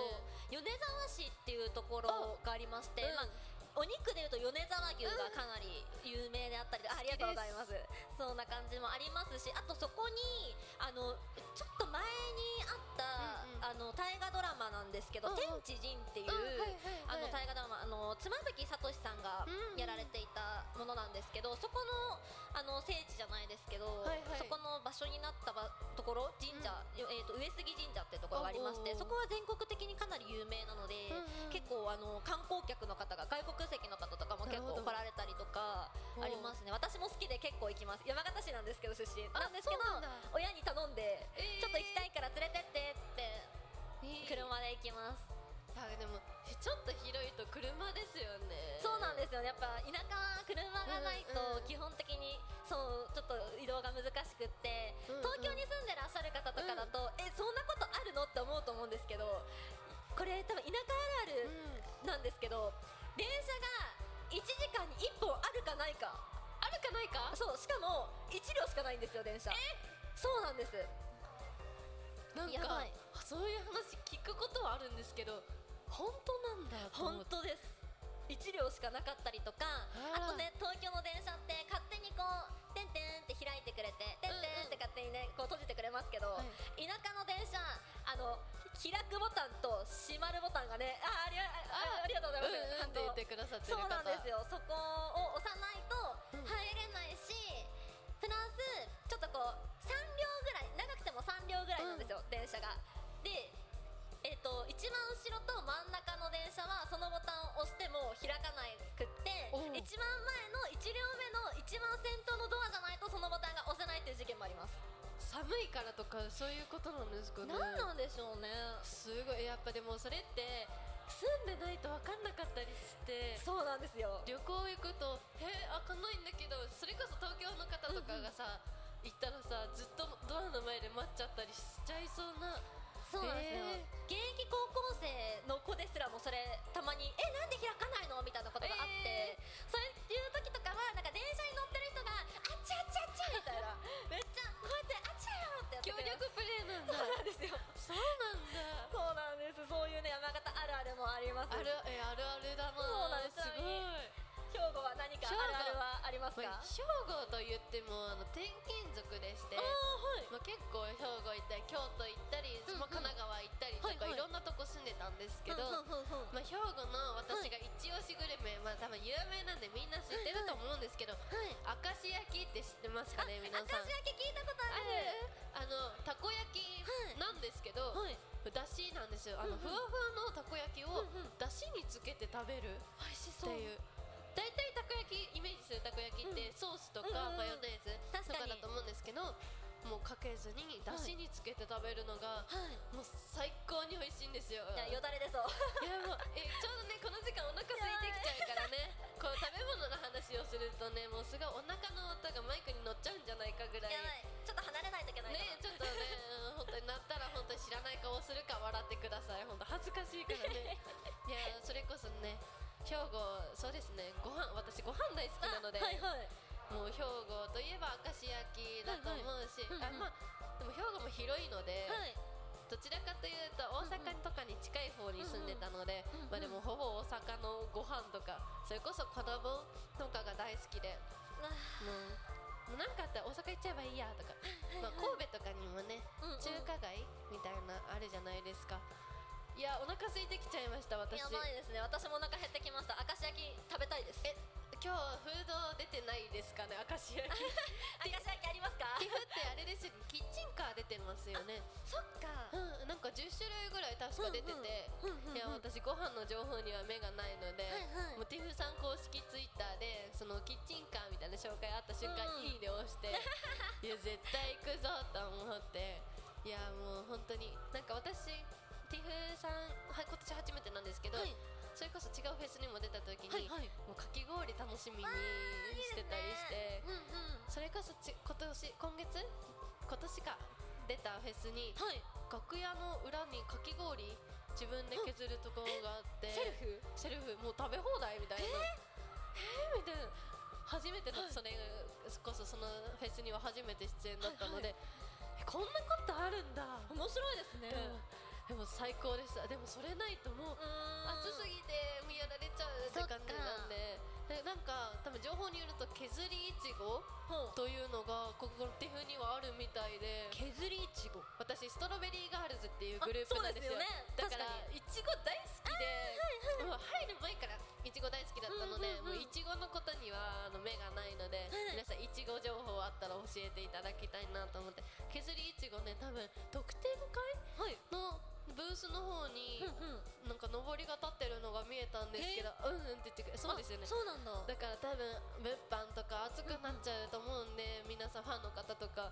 米沢市っていうところがありまして、まあ、お肉でいうと米沢牛がかなり有名であったり、あありがとうございますそんな感じもありますしあとそこにあのちょっと前にあった、あの大河ドラマなんですけど「天地人」っていう、あの大河ドラマあの妻夫木聡さんがやられていたものなんですけど、そこのあの聖地じゃないですけど、はいはいそこの場所になったばところ神社、よえー、と上杉神社ってところがありましておうおうそこは全国的にかなり有名なので、うんうん結構あの観光客の方が外国籍の方とかも結構なる来ほどられたりとかありますね私も好きで結構行きます山形市なんですけど出身なんですけど親に頼んで、ちょっと行きたいから連れてってっつって車で行きますあでもちょっと広いと車ですよねそうなんですよねやっぱ田舎は車がないとうんうん基本的にそうちょっと移動が難しくって、うんうん東京に住んでらっしゃる方とかだと、えそんなことあるのって思うと思うんですけどこれ多分田舎あるあるなんですけど、電車が1時間に1本あるかないかあるかないかそうしかも1両しかないんですよ電車そうなんですなんやかばいそういう話聞くことはあるんですけど本当なんだと本思って当です1両しかなかったりとかああらとね東京の電車って勝手にこう「てんてん」って開いてくれて「てんてん」って勝手にねこう閉じてくれますけど、はい田舎の電車あの開くボタンと閉まるボタンがねあありがあありがとうございます、うんうんって言ってくださってるそう方なんですよそこを押さないと入れないし、プラスちょっとこう3両ぐらい長くても3両ぐらいなんですよ、電車がでえっと一番後ろと真ん中の電車はそのボタンを押しても開かなくっておう一番前の1両目の一番先頭のドアじゃないとそのボタンが押せないっていう事件もあります寒いからとかそういうことなんですかね何なんでしょうねすごいやっぱでもそれって住んでないと分かんなかったりしてそうなんですよ旅行行くと「え開かないんだけどそれこそ東京の方とかがさ、行ったらさずっとドアの前で待っちゃったりしちゃいそうなそうなんですよ、えー現役高校生の子ですらもそれたまに「えなんで開かないの?」みたいなことがあって、そういう時とかはなんか電車に乗ってる人が「あっちゃあっちゃあっちゃ」みたい なめっちゃこうやって「あっちゃよ」ってやって協くれる力プレイなん そうだなんですよそうなんだそうなんですそういうね山形あるあるもありますあるえあるあるだなそうなんですすごい兵庫は何かあるあるはありますか、まあ兵庫と言ってもあの転勤族でしてまあ、結構兵庫行ったり京都行ったり、うんうんまあ、神奈川行ったりとか、はいいはいろんなとこ住んでたんですけど、はまあ、兵庫の私が一押しグルメ、まあ、多分有名なんでみんな知ってると思うんですけど、い明石焼きって知ってますかね皆さん私だけ聞いたことああるるあのたこ焼きなんですけど、はいだしなんですよあの、ふわふわのたこ焼きをだしにつけて食べる美味しっていう大体たこ焼きイメージするたこ焼きってソースとかうんマうんうんヨネーズと確かかにだと思うんですけどもうかけずにだしにつけて食べるのがはいもう最高に美味しいんですよいやよだれ出そういやもうえちょうどねこの時間お腹空いてきちゃうからねこう食べ物の話をするとねもうすごいお腹の音がマイクに乗っちゃうんじゃないかぐらいやばいちょっと離れないといけないかなねちょっとね本当になったら本当に知らない顔するか笑ってください本当恥ずかしいから ねいやそれこそね兵庫そうですねご飯私ご飯大好きなので、はいはいもう兵庫といえば明石焼きだと思うし、はいはいうんうあんまあでも兵庫も広いので、はいどちらかというと大阪とかに近い方に住んでたので、うんうんまあでもほぼ大阪のご飯とかそれこそ子供とかが大好きで、もうもうなんかあったら大阪行っちゃえばいいや とか、まあ神戸とかにもねうんうん中華街みたいなあるじゃないですか。いやお腹空いてきちゃいました私。やばいですね私もお腹減ってきました明石焼き食べたいですえ今日フード出てないですかね明石焼き。明石焼きありますか岐阜ってあれですよキッチンカー出てますよね。そっかうん、なんか10種類ぐらい確か出てて、いや私ご飯の情報には目がないので、はいはいもうティフさん公式ツイッターでそのキッチンカーみたいな紹介あった瞬間、うんいいね押 していや絶対行くぞと思っていやもう本当になんか私ティフさんはい今年初めてなんですけど、はいそれこそ違うフェスにも出た時に、はいもうかき氷楽しみにいしてたりして。うんうんそれこそち今年今月今年か出たフェスに、はい楽屋の裏にかき氷自分で削るところがあってセルフセルフもう食べ放題みたいなえー、えみたいな初めてだそれこそそのフェスには初めて出演だったので、えこんなことあるんだ面白いですねでも最高でしたでもそれないともう暑すぎて見やられちゃうって感じなんででなんか多分情報によると削りいちごというのがここのティフにはあるみたいで削りいちご私ストロベリーガールズっていうグループなんですよだあそうですよねからいちご大好きで、確かもう入る前からいちご大好きだったので、もういちごのことにはあの目がないので、皆さんいちご情報あったら教えていただきたいなと思って削りいちごね多分特典会、のブースの方に、なんか上りが立ってるのが見えたんですけど、うんうんって言ってくれそうですよねそうなんだだから多分物販とか熱くなっちゃうと思うんで、皆さんファンの方とか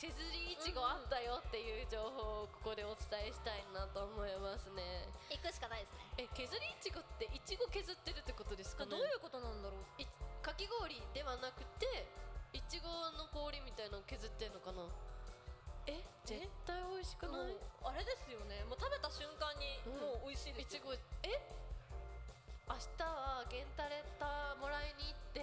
削りいちごあったよっていう情報をここでお伝えしたいなと思いますね行くしかないですねえ削りいちごっていちご削ってるってことですかねどういうことなんだろういかき氷ではなくていちごの氷みたいなの削ってんのかなえ絶対美味しくもないうあれですよねもう食べた瞬間にうんもう美味しいいでちすごえよ、明日はゲンタレッタもらいに行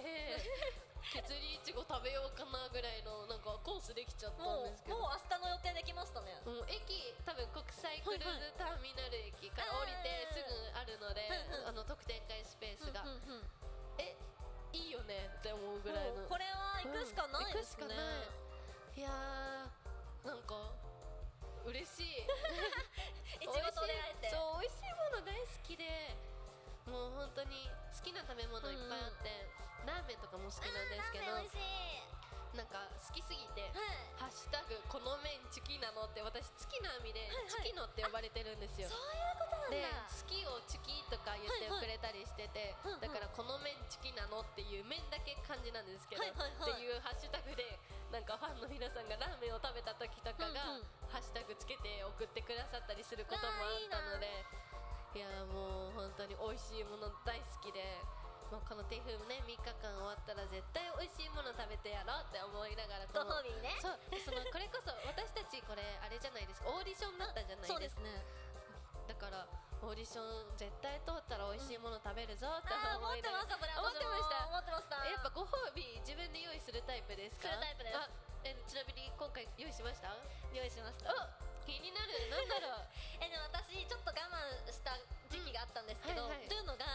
って 削りいちご食べようかなぐらいのなんかコースできちゃったんもうですけどもう明日の予定できましたねうん、駅多分国際クルーズターミナル駅から降りてすぐあるので、あの特典会スペースが、うんうんうんえいいよねって思うぐらいものうこれは行くしかないですね、うん行くしかないいやーなんか嬉しい いちごと出会えてそう美味しいもの大好きでもう本当に好きな食べ物いっぱいあって、ラーメンとかも好きなんですけどラーメン美味しいなんか好きすぎて、はいハッシュタグこの麺チキなのって私チキな網でチキノって呼ばれてるんですよ、そうなんだで好きをチキとか言ってくれたりしてて、はいはいだからこの麺チキなのっていう麺だけ漢字なんですけど、はいはいはいっていうハッシュタグでなんかファンの皆さんがラーメンを食べた時とかが、うんうんハッシュタグつけて送ってくださったりすることもあったのでいやーもう本当に美味しいもの大好きで。もうこのテフね3日間終わったら絶対美味しいもの食べてやろうって思いながらこごの褒美ねそうそのこれこそ私たちこれあれじゃないですかオーディションだったじゃないですそうかですねだからオーディション絶対通ったら美味しいもの食べるぞってあー思思っいてなまがらしたそれ思ってました思ってましたえやっぱご褒美自分で用意するタイプですかするタイプですあえちなみに今回用意しましたお用意しました気になるなんだろうえでも私ちょっと我慢した時期があったんですけど、うんはいはいというのが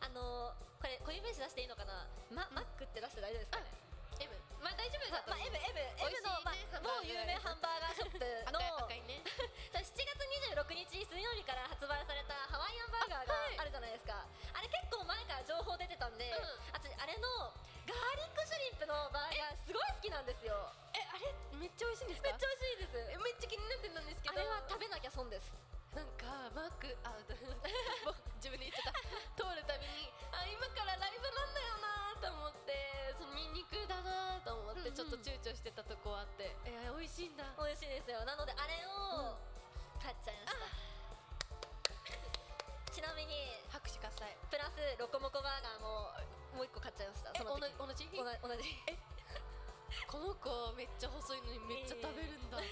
あのーこれ固有名詞出していいのかな、ま、マックって出して大丈夫ですかね M まあ大丈夫だとまあ、思う M, M, M 美味しいねの、まハンバあ、ーグ某有名ハンバーガーショップの赤 い赤いね7月26日水曜日から発売されたハワイアンバーガーがあるじゃないですかあ,、れ結構前から情報出てたんで、ん私あれのガーリックシュリンプのバーガーすごい好きなんですよえあれめっちゃ美味しいんですめかっちゃ美味しいですえめっちゃ気になってたんですけあどれは食べなきゃ損ですなんかマークあ もう自分で言っちゃった通るたびにあ今からライブなんだよなと思ってそのニンニクだなと思ってちょっと躊躇してたとこあって、えー美味しいんだ美味しいですよなのであれを買っちゃいました、ちなみに拍手喝采プラスロコモコバーガーももう一個買っちゃいましたえその同時じ同じ同じ同このじ子めっちゃ細いのにめっちゃ食べるんだ、好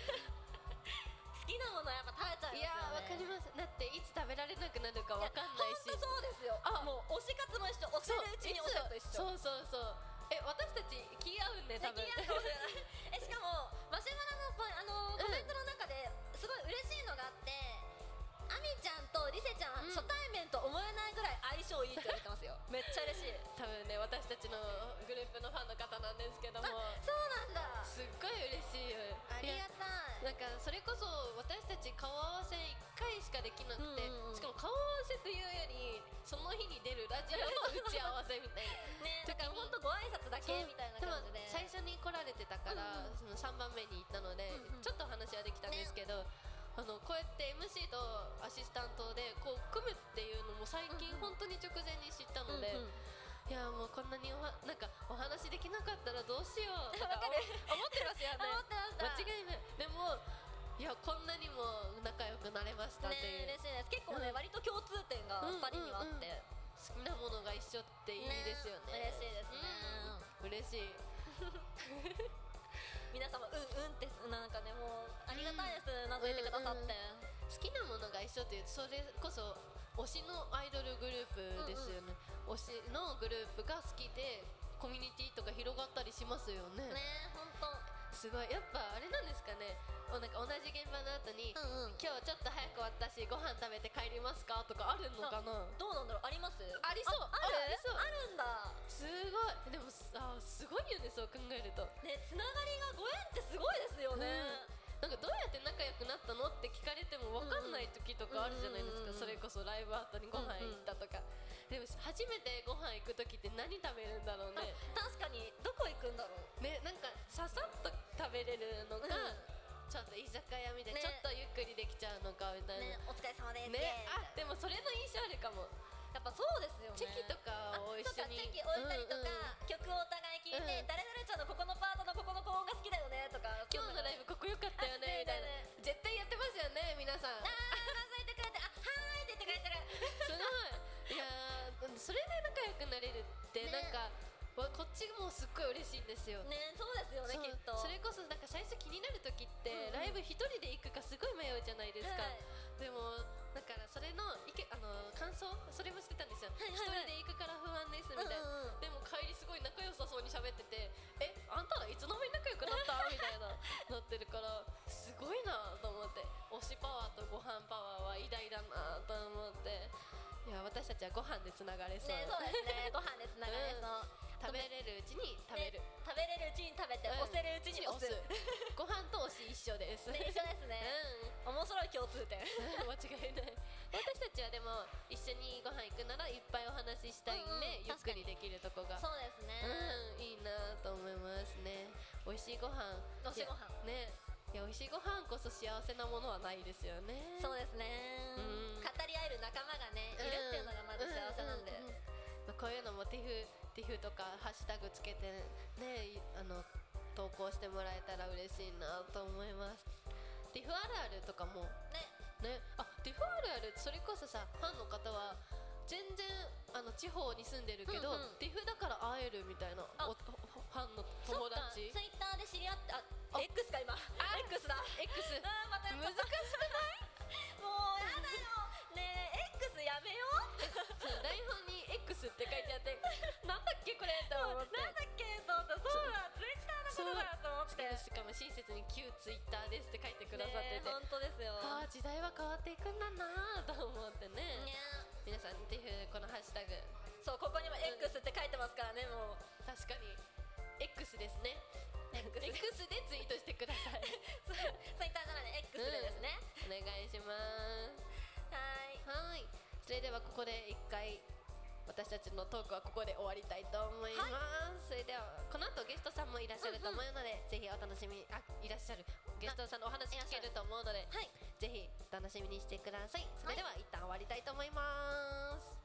きなものはやっぱ食いべちやーわゃいますよかりますだねっていつ食べられなくなるかわかんないしほんとそうですよあもう推し活も一緒推そうせるうちに推せそうると一緒そうそうえ私たち気合うんで多敵分 やかもしれないえしかもマシュマロのポイあのーコメントの中ですごい嬉しいのがあってアミちゃんとリセちゃん、うん初対面と思えないぐらい相性いいって言ってますよめっちゃ嬉しい多分ね私たちのグループのファンの方なんですけどもそうなんだすっごい嬉しいよありがたいなんかそれこそ私たち顔合わせ1回しかできなくて、うんうんうんしかも顔合わせというよりその日に出るラジオの打ち合わせみたいなね時だにから本当ご挨拶だけ そうみたいな感じででも最初に来られてたから、その3番目に行ったので、うんうんちょっとお話はできたんですけど、あのこうやって MC とアシスタントでこう組むっていうのも最近本当に直前に知ったので、うんうんいやもうこんなにおはなんかお話できなかったらどうしようとか思思ってますよね思ってました間違いないでもいやこんなにも仲良くなれましたっていう、ね嬉しいです結構ね、うん割と共通点がうん2人にはあって、好きなものが一緒っていいですよね嬉しいですね、嬉しい皆様うんうんってなんかねもうありがたいです、名付けてくださって、好きなものが一緒っていうとそれこそ推しのアイドルグループですよね、推しのグループが好きでこコミュニティとか広がったりしますよねね本当すごいやっぱあれなんですかねおなんか同じ現場の後に、うんうん今日ちょっと早く終わったしご飯食べて帰りますかとかあるのかなどうなんだろうありますあありそうああるりそうるんだすごいでもさすごいよねそう考えるとねつながりがご縁ってすごいですよね、なんかどうやって仲良くなったのって聞かれても分かんない時とかあるじゃないですか、うんうんそれこそライブ後にご飯行ったとか、でも初めてご飯行く時って何食べるんだろうね確かにどこ行くんだろうねなんかささっと食べれるのが、ちょっと居酒屋みたいな、ねちょっとゆっくりできちゃうのかみたいねなねお疲れ様ですあでもそれの印象あるかもやっぱそうですよねチェキとかを一と緒かにチェキ置いたりとうんか、うん曲をお互い聴ういて、ん誰々ちゃんのここのパートのここの高音が好きだよねとか今日のライブここ良かったよねみたいな、ね絶対やってますよね皆さん数えてくれてあはーいって言ってくれてるすごいいやーそれで仲良くなれるってねなんか、わこっちもすっごい嬉しいんですよねそうですよねそうきっとそれこそなんか最初気になる時って、ライブ一人で行くかすごい迷うじゃないですか、はいでもだからそれの意見あの感想それもしてたんですよ一、人で行くから不安ですみたいな、うんうんうんでも帰りすごい仲良さそうに喋っててえあんたらいつの間に仲良くなったみた いななってるからすごいなと思って推しパワーとご飯パワーは偉大だなと思っていや私たちはご飯でつながれそう,、ねそうですねご飯でつながれそう、食べれるうちに食べる、食べれるうちに食べて、うん押せるうちに押すねご飯と推し一緒です、一緒ですね、面白い共通点ね 間違いない私たちはでも一緒にご飯行くならいっぱいお話ししたいんうんうんで、ゆっくりできるとこがそうですね、うんいいなと思いますね美味しいご飯美味しいごい飯やねいや美味しいご飯こそ幸せなものはないですよねそうですね、うん語り合える仲間がねいるっていうのがまず幸せなんで、うううんまあこういうのもティフティフとかハッシュタグつけてねいあの投稿してもらえたら嬉しいなと思いますティフあるあるとかもねねあティフあるあるそれこそさファンの方は全然あの地方に住んでるけど、うんうんティフだから会えるみたいなあおファンの友達ツイッターで知り合ってああ X か今 X だ X あーまたやっ難しくたもうやだよねえ X やめようそう台本に X って書いてあってなんだっけこれと思ってなんだっけと思ってそうだツイッターのことだと思ってしかも親切に旧ツイッターですって書いてくださってねて、本当ですよああ時代は変わっていくんだなーと思ってねね皆さんぜひこのハッシュタグそうここにも X って書いてますからねもう 確かに X ですね X でツイートしてくだ さいツイッターならね X でですね、お願いしますはいはいそれではここで一回私たちのトークはここで終わりたいと思います、それではこの後ゲストさんもいらっしゃると思うので、ぜひお楽しみあいらっしゃるゲストさんのお話聞けると思うので、はいぜひお楽しみにしてくださいそれでは一旦終わりたいと思います、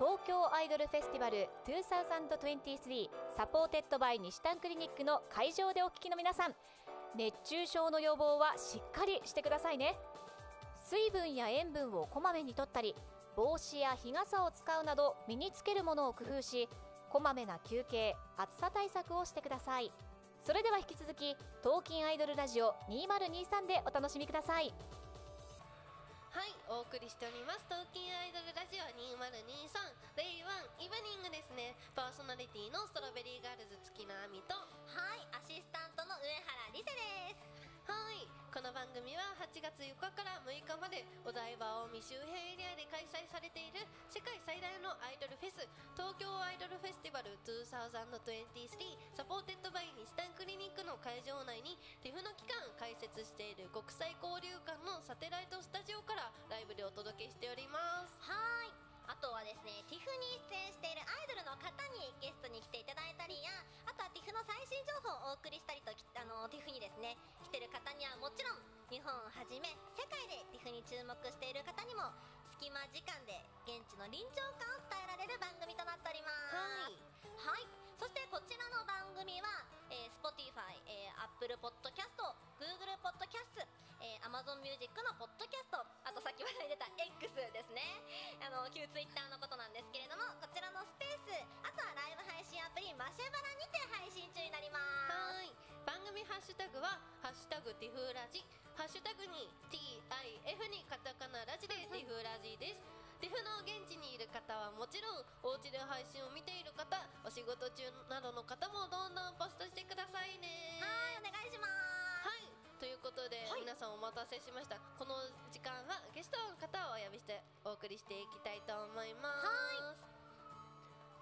東京アイドルフェスティバル2023サポーテッドバイ西丹クリニックの会場でお聞きの皆さん熱中症の予防はしっかりしてくださいね水分や塩分をこまめにとったり帽子や日傘を使うなど身につけるものを工夫しこまめな休憩暑さ対策をしてくださいそれでは引き続き「東京アイドルラジオ2023」でお楽しみくださいはいお送りしております東京アイドルラジオ2023レイワンイブニングですねパーソナリティのストロベリーガールズ月の亜美とはいアシスタントの上原理瀬ですはい、この番組は8月4日から6日までお台場近江周辺エリアで開催されている世界最大のアイドルフェス東京アイドルフェスティバル2023サポーテッドバイ西丹クリニックの会場内にティフの期間開設している国際交流館のサテライトスタジオからライブでお届けしておりますはいあとはですね TIFF に出演しているアイドルの方にゲストに来ていただいたりやあとは TIFF の最新情報をお送りしたりときあの TIFF にですね来てる方にはもちろん日本をはじめ世界で TIFF に注目している方にも隙間時間で現地の臨場感を伝えられる番組となっておりますはい、そしてこちらの番組は、えー Spotify、えー Apple Podcast、Google Podcast、えー Amazon Music のポッドキャスト、あとさっき話題に出た X ですね、あの旧 Twitter のことなんですけれども、こちらのスペース、あとはライブ配信アプリマシェバラにて配信中になりまはーい番組ハッシュタグは「ハッシュタグティフラジ」ハッシュタグに TIF にカタカナラジでティフラジですディフの現地にいる方はもちろんお家で配信を見ている方お仕事中などの方もどんどんポストしてくださいねはいお願いしますはいということで、皆さんお待たせしましたこの時間はゲストの方をお呼びしてお送りしていきたいと思います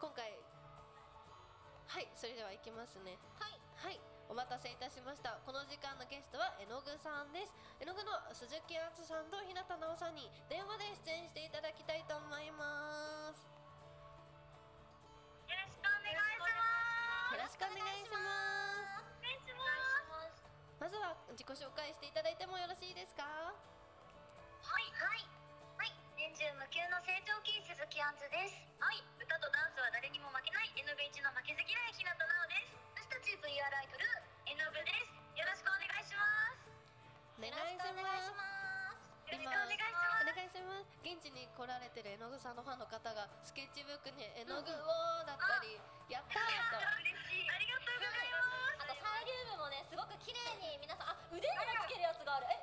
今回はいそれではいきますねはいはいお待たせいたしましたこの時間のゲストは絵の具さんです絵の具の鈴木敦さんと日向奈央さんに電話で出演していただきたいと思いますよろしくおよろしくお願いします。願いしますお願いしまます。ずは自己紹介していただいてもよろしいですかはいはいはい年中無休の成長期鈴木あんずですはい歌とダンスは誰にも負けない NV1 の負けず嫌い日向奈央です私たち VR アイドル NV ですよろしくお願いしますお願いしますよろしくお今願いしまお願いしますす現地に来られてる絵の具さんのファンの方がスケッチブックに絵の具をだったり、やったーと嬉しいありがとうござあといますサイリウムもねすごく綺麗に皆さんあ腕にもつけるやつがあるえ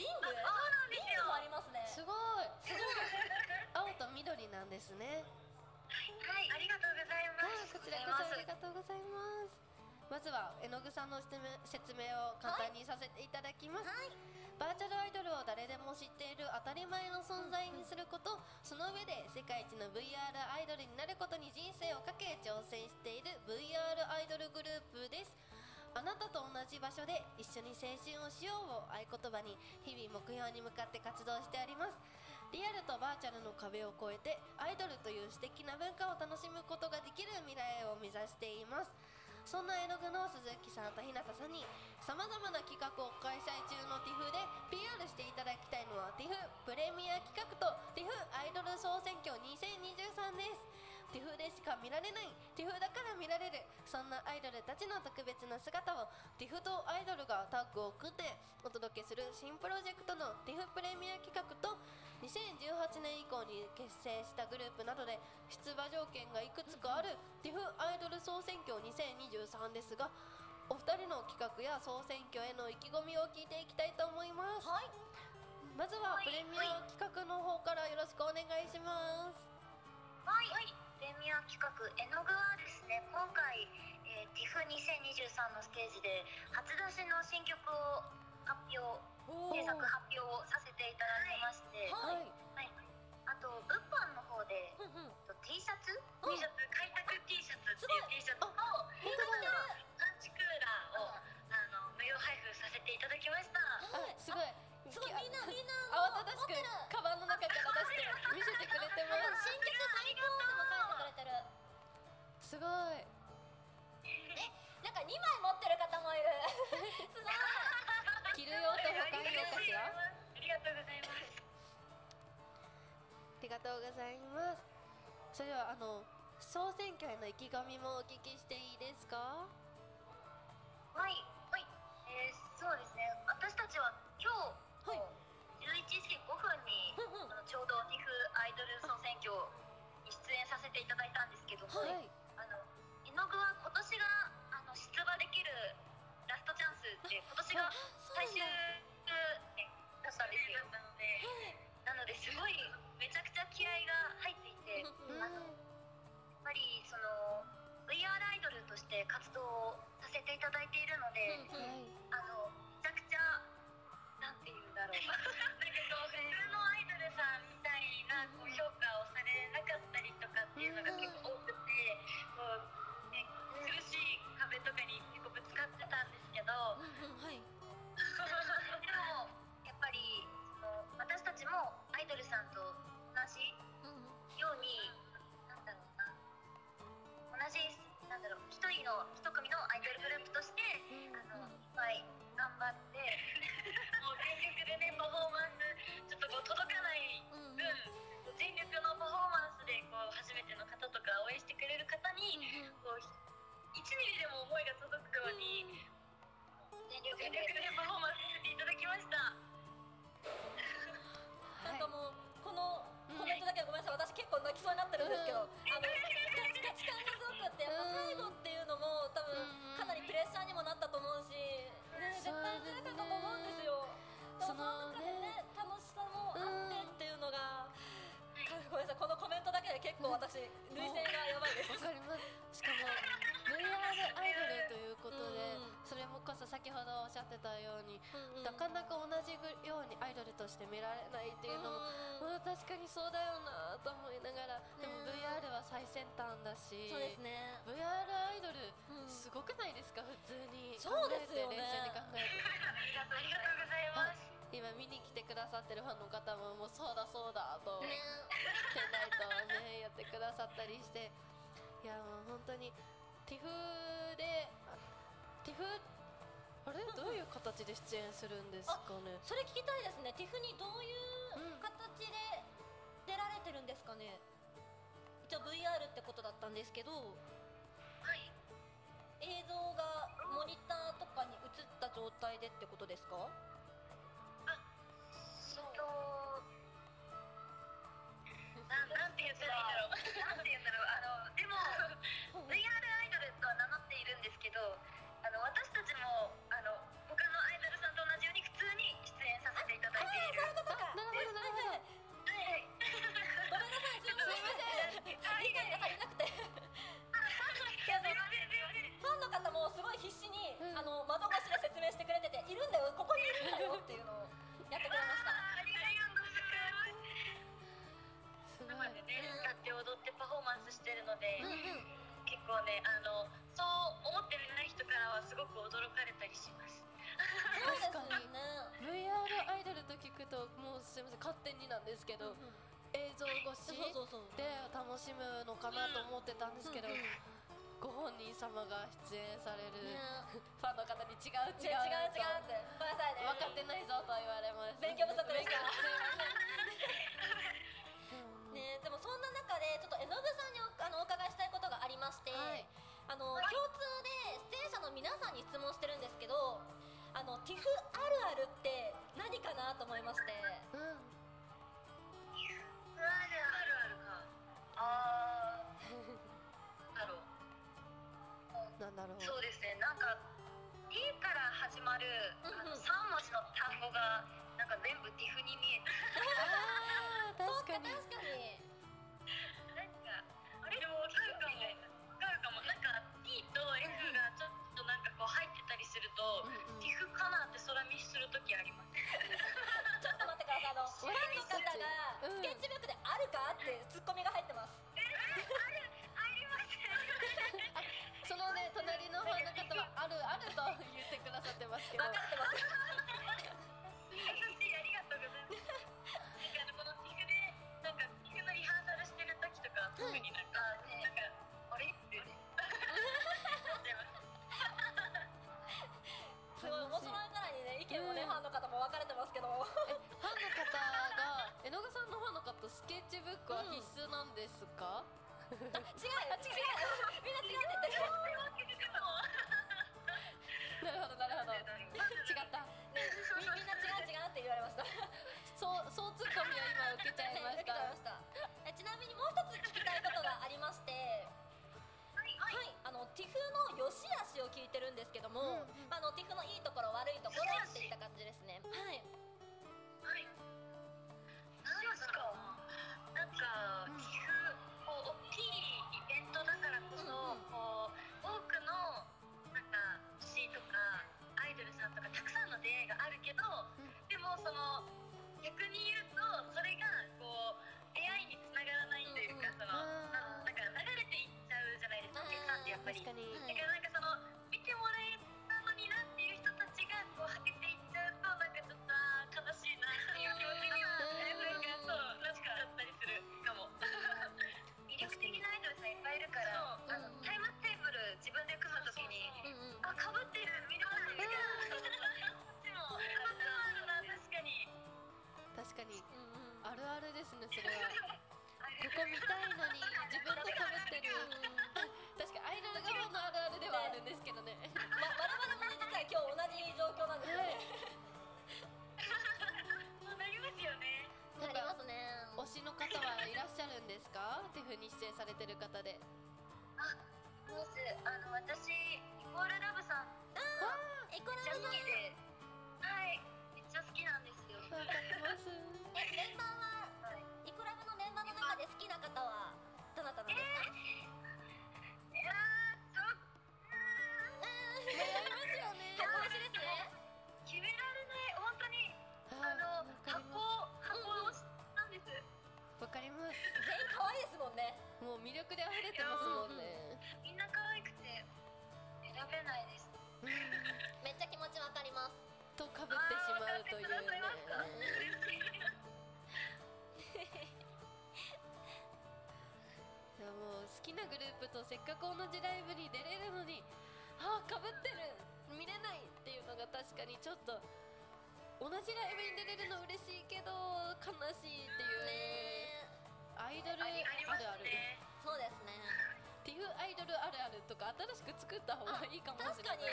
リングあそうなんですすリングもありますねよごいすごい青と緑なんですねはいありがとうございはいますこちらこそありがとうございますまずは絵の具さんの説明説明を簡単にさせていただきます、バーチャルアイドルを誰でも知っている当たり前の存在にすることその上で世界一の VR アイドルになることに人生をかけ挑戦している VR アイドルグループですあなたと同じ場所で一緒に青春をしようを合言葉に日々目標に向かって活動しておりますリアルとバーチャルの壁を越えてアイドルという素敵な文化を楽しむことができる未来を目指していますそんな絵の具の鈴木さんと日向さんにさまざまな企画を開催中の TIFF で PR していただきたいのは TIFF プレミア企画と TIFF アイドル総選挙2023です TIFF でしか見られない TIFF だから見られるそんなアイドルたちの特別な姿を TIFF とアイドルがタッグを組んでお届けする新プロジェクトの TIFF プレミア企画と2018年以降に結成したグループなどで出馬条件がいくつかある TIFF アイドル総選挙2023ですがお二人の企画や総選挙への意気込みを聞いていきたいと思います、まずはプレミア企画の方からよろしくお願いしますはい、プレミア企画絵の具はですね今回、えー、TIFF2023 のステージで初出しの新曲を発表制作発表をさせていただきまして、はいはいあと物販の方で、と T シャツ、T シャツ開拓 T シャツっていう T シャツとあとパンチクーラーを、あの無料配布させていただきました。あすごいすごいみんなみんな慌ただしくカバンの中から出して見せてくれてあのま新すすごい曲最高でも書いてくれてるなんか2枚持ってる方もいるすごい着る用と保管用かしらありがとうございます。ありがとうございますそれではあの総選挙への意気込みもお聞きしていいですかはい、はい、えー、そうですね。私たちは今日、はい11時5分に、あのちょうどティフアイドル総選挙に出演させていただいたんですけども、はいあの絵の具は今年があの出馬できるラストチャンスって今年が最終年だったんですよ。なので、なのですごいめちゃくちゃ気合が入っていうて、んあのやっぱりその VR アイドルとして活動をさせていただいているので、はいあのめちゃくちゃなんて言うんだろうなんかこう普通のアイドルさんみたいなこう評価をされなかったりとかっていうのが結構多くて、こうね、苦しい壁とかに結構ぶつかってたんですけど、はいでもやっぱりその私たちもアイドルさんと同じように、なんだろうな同じなんだろう一人の一組のアイドルグループとして、あのいっぱい頑張 ってもう全力でねパフォーマンスちょっとこう届かない分、全力のパフォーマンスでこう初めての方とか応援してくれる方に、こう1ミリでも思いが届くように。全力でパフォーマンスさせていただきました。なんかもうこのコメントだけはごめんなさい私結構泣きそうになってるんですけど、あのガチガチ感がすごくってやっぱ最後っていうのも多分うんかなりプレッシャーにもなったと思うし、ね、絶対辛かったと思うんですよ。でもそのその中でね楽しさもあってっていうのが、かっこしゃってたように、なかなか同じぐようにアイドルとして見られないっていうのも、まあ確かにそうだよなと思いながらでも VR は最先端だしそうですね VR アイドルうんすごくないですか普通にそうですよね考えて冷静に考えてりがとうありがとうございます。今見に来てくださってるファンの方ももうそうだそうだとね店内とねやってくださったりしていやもう本当にティフであティフあれどういう形で出演するんですかねそれ聞きたいですねティフにどういう形で出られてるんですかね一応 VR ってことだったんですけどはい。映像がモニターとかに映った状態でってことですかえっとななんて言ったらいいんだろう。なんて言うんだろう。あのでも VR アイドルとは名乗っているんですけど、あの私たちもあの他のアイドルさんと同じように普通に出演させていただいている。とかなるほどなるほどはいはい。ごめんなさい。すみません。理解が足りなくて。 すみませんすみファません。ンの方もすごい必死に、うんあの窓越しで説明してくれてているんだよここにいるんだよっていうのをやってくれましたありがとうございすごます。生いでね、歌って踊ってパフォーマンスしてるので、結構ねあのそう思ってない人からはすごく驚かれたりします確かにね VR アイドルと聞くともうすみません勝手になんですけど、映像越しそうそうそうで楽しむのかなと思ってたんですけど、ご本人様が出演される、ファンの方に違う違う違違う違うっうてごめんなさいね分かってないぞと言われます勉強不足でしたうんねでもそんな中でちょっと絵の具さんにおあのお伺いしたいことがありまして、はいあの共通で出演者の皆さんに質問してるんですけどあのティフあるあるって何かなと思いましてうんあるあるかあーだろうなんだろうそうですねなんか「T」から始まるあうんうのん3文字の単語がなんか全部ティフに見えてあー確かに確かになんかあれでもわかるかもわかるかもなんか T と F がちょっとなんかこう入ってたりすると、うんうんティフかなって空見するときありますちょっと待ってくださいあのファンの方がうんスケッチブックであるかってツッコミが入ってますそのね隣のファンの方はあるあると言ってくださってますけど分かってます優しいありがとうございます。なんかあのこのティフでなんかティフのリハーサルしてる時とか、特になんか、なんかあれって。 すごい面白いぐらいにね意見もね、うんファンの方も分かれてますけどファンの方が絵の具さんのファンの方スケッチブックは必須なんですか、 違う違うみんな違うって言ってるなるほどなるほど違ったみみんな違う違うって言われましたそうそうツッコミを今受けちゃいました受けちゃいましたえちなみにもう一つ聞きたいことがありましてはい、あのティフの良し悪しを聞いてるんですけども、まあ、あのティフのいいところ悪いところっていった感じですねはいはい。なんですか。なんか、寄付、こう、大きいイベントだからこそ、こう、多くの。なんか、推しとか、アイドルさんとか、たくさんの出会いがあるけど。でも、その、逆に言うと、それが、こう。AI につながらないというか、その、ななんか流れていっちゃうじゃないですか、お客さんってやっぱ確り。かにだからなんかその見てもらえたのになっていう人たちがこうはけていっちゃうとなんかちょっとあー悲しいなっていう気持ちにはなんかそう確かあったりするかも 魅力的なアイドルさんいっぱいいるからあのタイムテーブル自分で組むときにあかぶってる見れないみたいなでも あるな確かに確かにあるあるですねそれはここ見たいのに自分と被ってる確かにアイドル側のあるあるではあ せっかく同じライブに出れるのにあかぶってる見れないっていうのが確かにちょっと同じライブに出れるの嬉しいけど悲しいっていう、アイドルあありありまするある、ね。そうですねティフアイドルあるあるとか新しく作った方がいいかもしれない盛り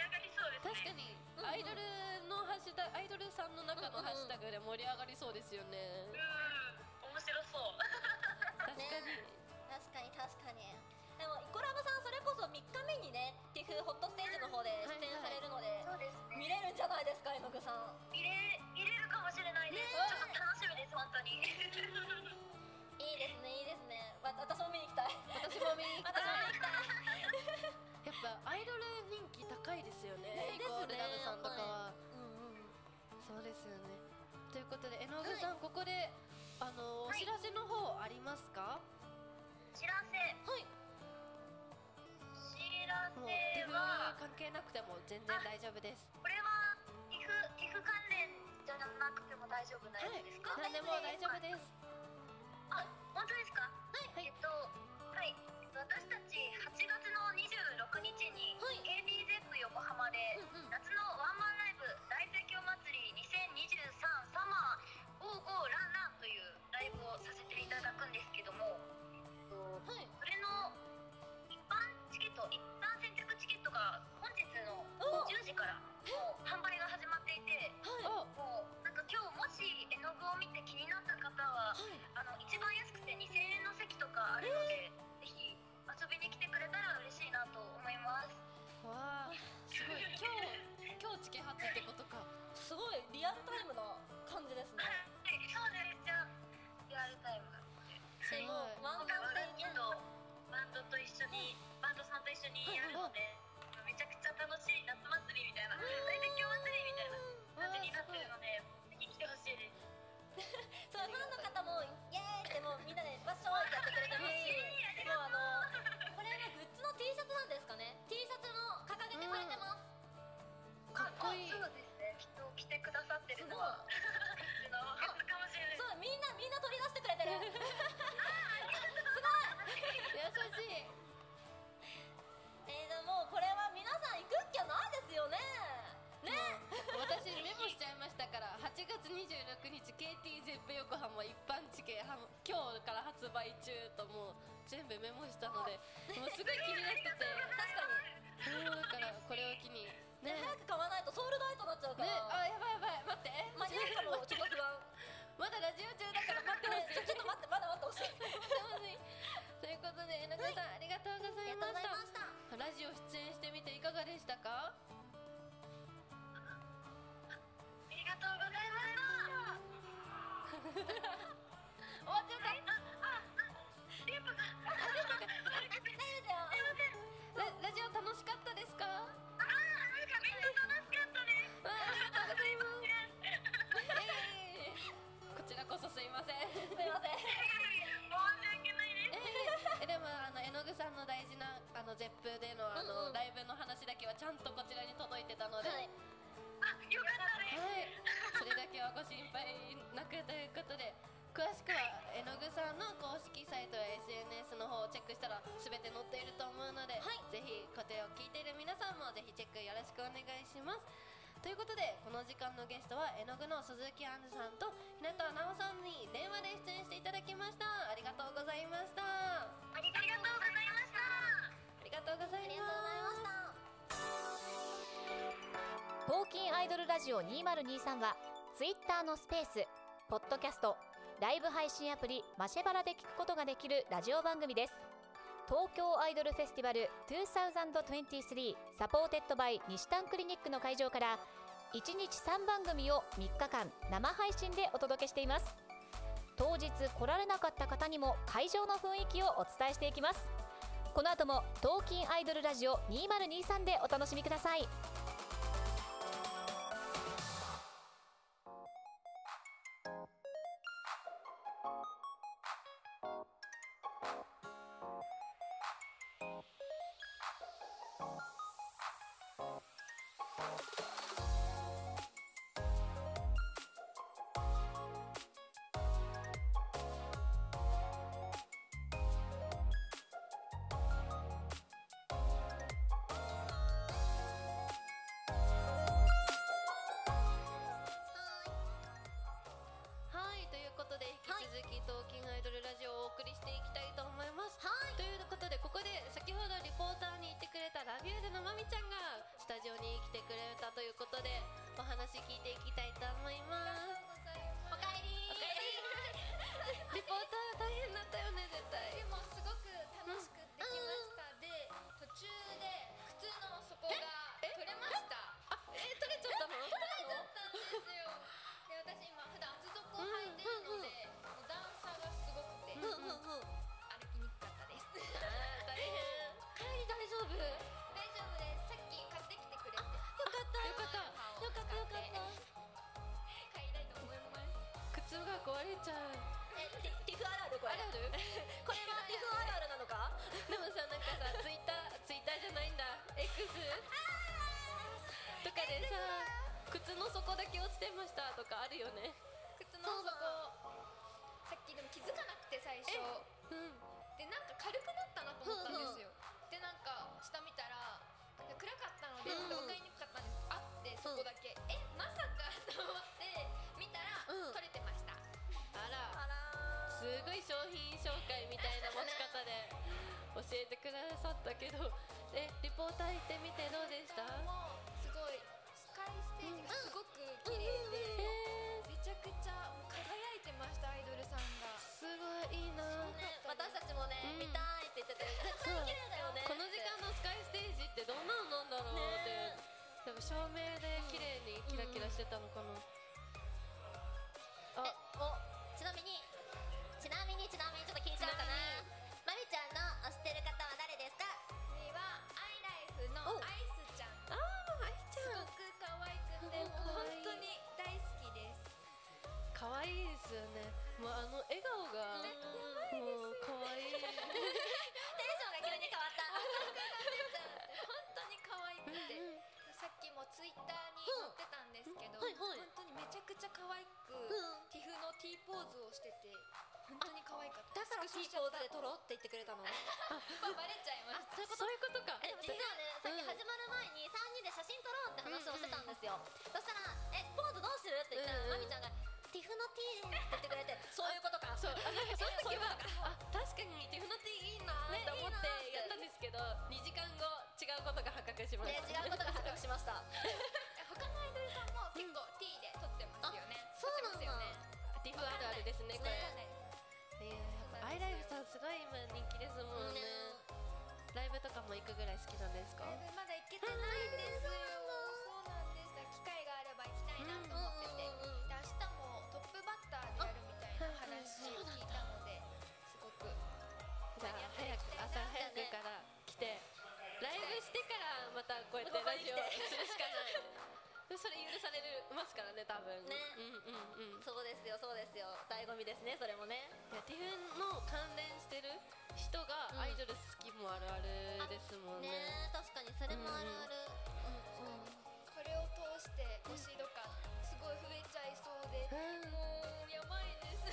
上がりそうです確ね。かにアイドルのハッシュタグアイドルさんの中のハッシュタグで盛り上がりそうですよね、うん、面白そう。確かに、確かに確かにでもイコラブさんそれこそ3日目にね TIFF ホットステージの方で出演されるので、そうです見れるんじゃないですか絵の具さん見れ見れるかもしれないです。ちょっと楽しみです本当に。いいですねいいですねわ私も見に行きたい私も見に行きたいきたいやっぱアイドル人気高いですよねねですねゴールダムさんとかは、うんうんそうですよねということで絵の具さん、ここであのお知らせの方ありますか、知らせ。はい。も知らせうティフは。関係なくても全然大丈夫ですこれはティフティフ関連じゃなくても大丈夫なやつですか？何でも大丈夫ですあ、本当ですか？はい。えっと、はい。私たち8月の26日に KBZEP 横浜で夏のワンマンライブ大盛況祭り2023サマー55ランランというライブをさせていただくんですけども、えっとそれの一般チケット一般先着チケットが本日の10時からもう販売が始まっていて、おもうなんか今日もし絵の具を見て気になった方は、あの一番安くて2000円の席とかあるので、ぜひ遊びに来てくれたら嬉しいなと思います。わあすごい今日今日チケ発ってことかすごいリアルタイムな感じですねはい、そうですじゃあリアルタイム。すごいワン他マンので人とバンドと一緒にバンドさんと一緒にやるので、めちゃくちゃ楽しい夏祭りみたいな、大勉強祭りみたいな感じになってるので、ぜひ来てほしいです。そうファンの方もイエーイってもうみんなでバッショーってやってくれてますしもうあのこれはグッズの T シャツなんですかね T シャツも掲げてくれてます、かっこいいあそうですね。きっと来てくださってるのは、 うちのグッズかもしれそうない。みんなみんな取り出してくれてる優しいえー、でももうこれは皆さん行くっきゃないですよねね私メモしちゃいましたから8月26日 KT ゼップ横浜一般地形は今日から発売中ともう全部メモしたのでもうすごい気になってて確かにもうだからこれを機にねね早く買わないとソウルドアウトになっちゃうねから、あやばいやばい待って間に合うかもちょっと不安 まだラジオ中だから待ってほしいちょちょっと待ってまだ 待ってほしいということでえなこさんありがとうございましたしたラジオ出演してみていかがでしたかありがとうございました。終わっちゃったリップが、なんかみんなララジオ楽しかったですかわ楽しかったです。あありがとうございますイエーイ こちらこそすいませんすいません申し訳ないです。えーでもあの絵の具さんの大事なあのゼップでのあの、うんうんライブの話だけはちゃんとこちらに届いてたので、ははいい、あ、よかったです。それだけはご心配なくということで詳しくは絵の具さんの公式サイトや SNS の方をチェックしたら全て載っていると思うので、ぜひ固定を聞いている皆さんもぜひチェックよろしくお願いしますということでこの時間のゲストは絵の具の鈴木杏さんと日向奈緒さんに電話で出演していただきましたありがとうございましたありがとうございました。ありがとうございます。東京アイドルラジオ2023はツイッターのスペース、ポッドキャスト、ライブ配信アプリマシェバラで聞くことができるラジオ番組です。東京アイドルフェスティバル2023サポーテッドバイ西丹クリニックの会場から1日3番組を3日間生配信でお届けしています。当日来られなかった方にも会場の雰囲気をお伝えしていきます。この後も東京アイドルラジオ2023でお楽しみください。こここで先ほどリポーターに言ってくれたラビュールのまみちゃんがスタジオに来てくれたということでお話聞いていきたいと思いますおかえリりポーター大変だったよね絶対でもすごく楽しくできましたで途中で靴の底が取れましたあえ取れちゃったのだったんですよで私今普段厚底を履いてるのでもう段差がすごくて歩うんうんうんきにくかったです大変帰り大丈夫大丈夫ですさっき買ってきてくれてよかったよかったよかったよかった帰りたいと思います靴が壊れちゃうえティティフあるあるこあれるある これはティフあるあるなのか でもさなんかさツイッターツイッターじゃないんだ X とかでさ靴の底だけ落ちてましたとかあるよね靴の底さっきでも気づかなくて最初うんでなんか軽くなったなと思ったんですよでなんか下見たらなんか暗かったのでちょっと分かりにくかったんですあってそこだけえまさかと思って見たら取れてましたあらすごい商品紹介みたいな持ち方で教えてくださったけどえリポーター行ってみてどうでしたもうすごいスカイステージがすごく綺麗でえー、めちゃくちゃもう輝いてましたアイドルさんがすごいいいなね私たちもね、うん見たいって言ってたよ絶そう対綺麗だよねこの時間のスカイステージってどんなのなんだろうって、でも照明で綺麗にキラキラしてたのかな、えおちなみにちなみにちなみにちょっと聞いちゃうかなまみちゃんの推してる方は誰ですか次はアイライフのアイスちゃんああ愛ちすゃんごく可愛くうてん可本愛い当に大好きです可愛いですよねもうあの笑顔がもう可愛いテンションが急に変わった本当に可愛くてさっきもツイッターに載ってたんですけど、はいはい本当にめちゃくちゃ可愛く、ティフの T ポーズをしてて本当に可愛かっただからキーポーズで撮ろうって言ってくれたのまあバレちゃいましたそういうことかえ実はねさっき始まる前に3人で写真撮ろうって話をしてたんですよ、そしたら「えポーズどうする?」って言ったら、うんうんまみちゃんが「ティフの T で」って言ってくれてそういうことかそう、あなんかその時は、あ、確かにティフナティいいなーって思ってやったんですけど、2時間後違うことが発覚しまでした。違うことが発覚しました他のアイドルさんも結構 T で撮ってますよね、そうなんだティフあるあるですねこれ。ねいややっぱアイライブさんすごい今人気ですもんね。ライブとかも行くぐらい好きなんですか？ライブまだ行けてないんですよそうなんですだから機会があれば行きたいなと思ってて、で明日もトップバッターでやるみたいな話を聞いたのですごくじゃあ早く朝早くから来て、ライブしてからまたこうやってラジオするしかない。それ許されるますからね多分。ねうんうんうん。そうですよそうですよ醍醐味ですねそれもねいや、ティフンの関連してる人がアイドル好きもあるあるですもんね。ね確かにそれもあるある、うんうんこれを通して推しとかすごい増えちゃいそうでうんもうやばいです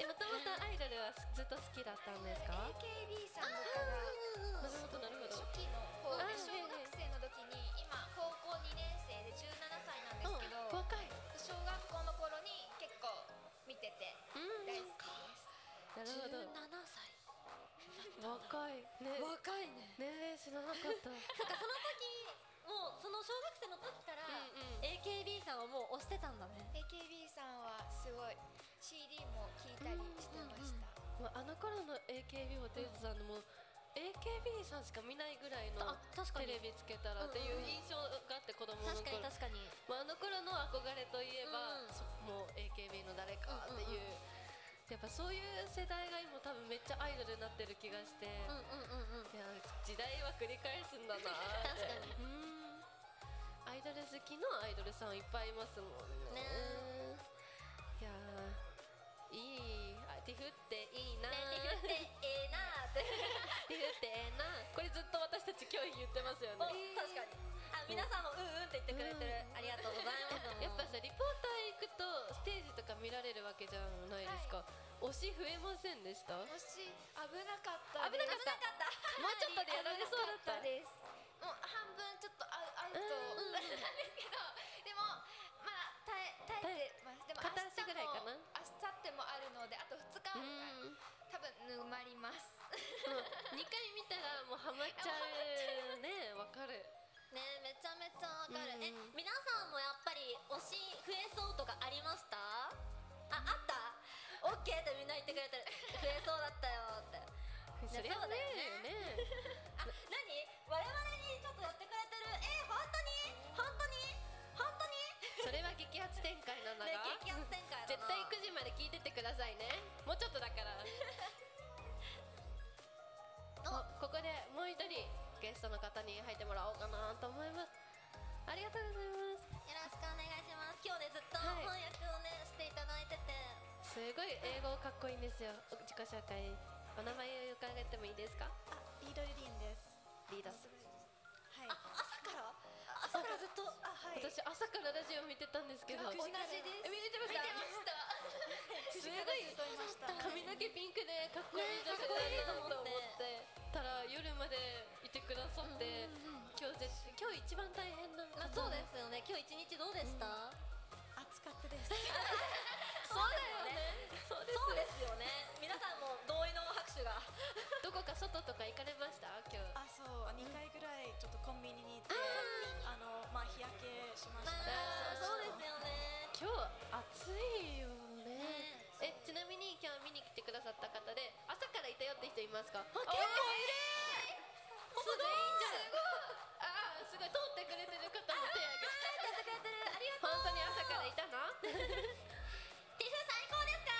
え、もともとアイドルはずっと好きだったんですか？ AKB さんとかがなるほどなるほど。初期の方あーで小学生の時に今高校2年生で17歳なんですけうんど若い。小学校の頃に結構見ててうん。大好きですなるほど。若いね。若いね。年齢知らなかった。そっかその時もうその小学生の時からうんうん AKB さんをもう推してたんだね AKB さんはすごい CD も聴いたりしてましたもうあの頃の AKB48 さんのもう AKB さんしか見ないぐらいのあ確かテにレビつけたらっていう印象があって子供の確かに頃。確かにまあ、あの頃の憧れといえば、うんそもう AKB の誰かっていう,、やっぱそういう世代が今多分めっちゃアイドルになってる気がして、うんうんうんうんいや時代は繰り返すんだなーって確かにうんアイドル好きのアイドルさんいっぱいいますもんねねいやーいいあティフっていいなねー、って言ってええなーって ティフってええなこれずっと私たち今日言ってますよおね確かにあ皆さんもうんうんって言ってくれてるありがとうございますやっぱさリポーター行くとステージとか見られるわけじゃないですか、推し増えませんでしたもし危なかった危ですなかったもうちょっとでやられそうだったですもう半分ちょっとアウアウトうん なんですけどでもまあ耐え耐えてますでも片足ぐらいかな明日も明後日もあるのであと2日あるからうん多分沼りますでも2回見たらハマっちゃうねわかるねめちゃめちゃわかる、うんえ皆さんもやっぱり推し増えそうとかありましたああったオッケーってみんな言ってくれ てる増えそうだったよってそりゃそうだよねあ何我々にちょっとやってくれてるえ本当に本当に本当に それは激アツ展開なんだねが激アツ展開だな絶対9時まで聞いててくださいねもうちょっとだからおここでもう一人ゲストの方に入ってもらおうかなと思いますありがとうございますよろしくお願いします今日ねずっとはい翻訳をねしていただいててあすごい英語かっこいいんですよお自己紹介お名前を伺ってもいいですかあリードリリンですリーダーさんはい朝から朝からずっとあはい私朝からラジオ見てたんですけど同じですえ見れてましたすごいといま した髪の毛ピンクでかっこいい女性だなと思ってたら夜までいてくださって今日ぜ今日一番大変なまあそうですよね今日一日どうでした、暑かったですそうだよねそうですよね皆さんも同意の拍手がどこか外とか行かれました今日あそう2回ぐらいちょっとコンビニに行ってあのまあ日焼けしましたあーそうですよね今日暑いよねえちなみに今日見に来てくださった方で朝からいたよって人いますか結構いるすごいじゃんあーすごい通ってくれてる方も手挙げてありがとう本当に朝からいたの ティフ最高ですか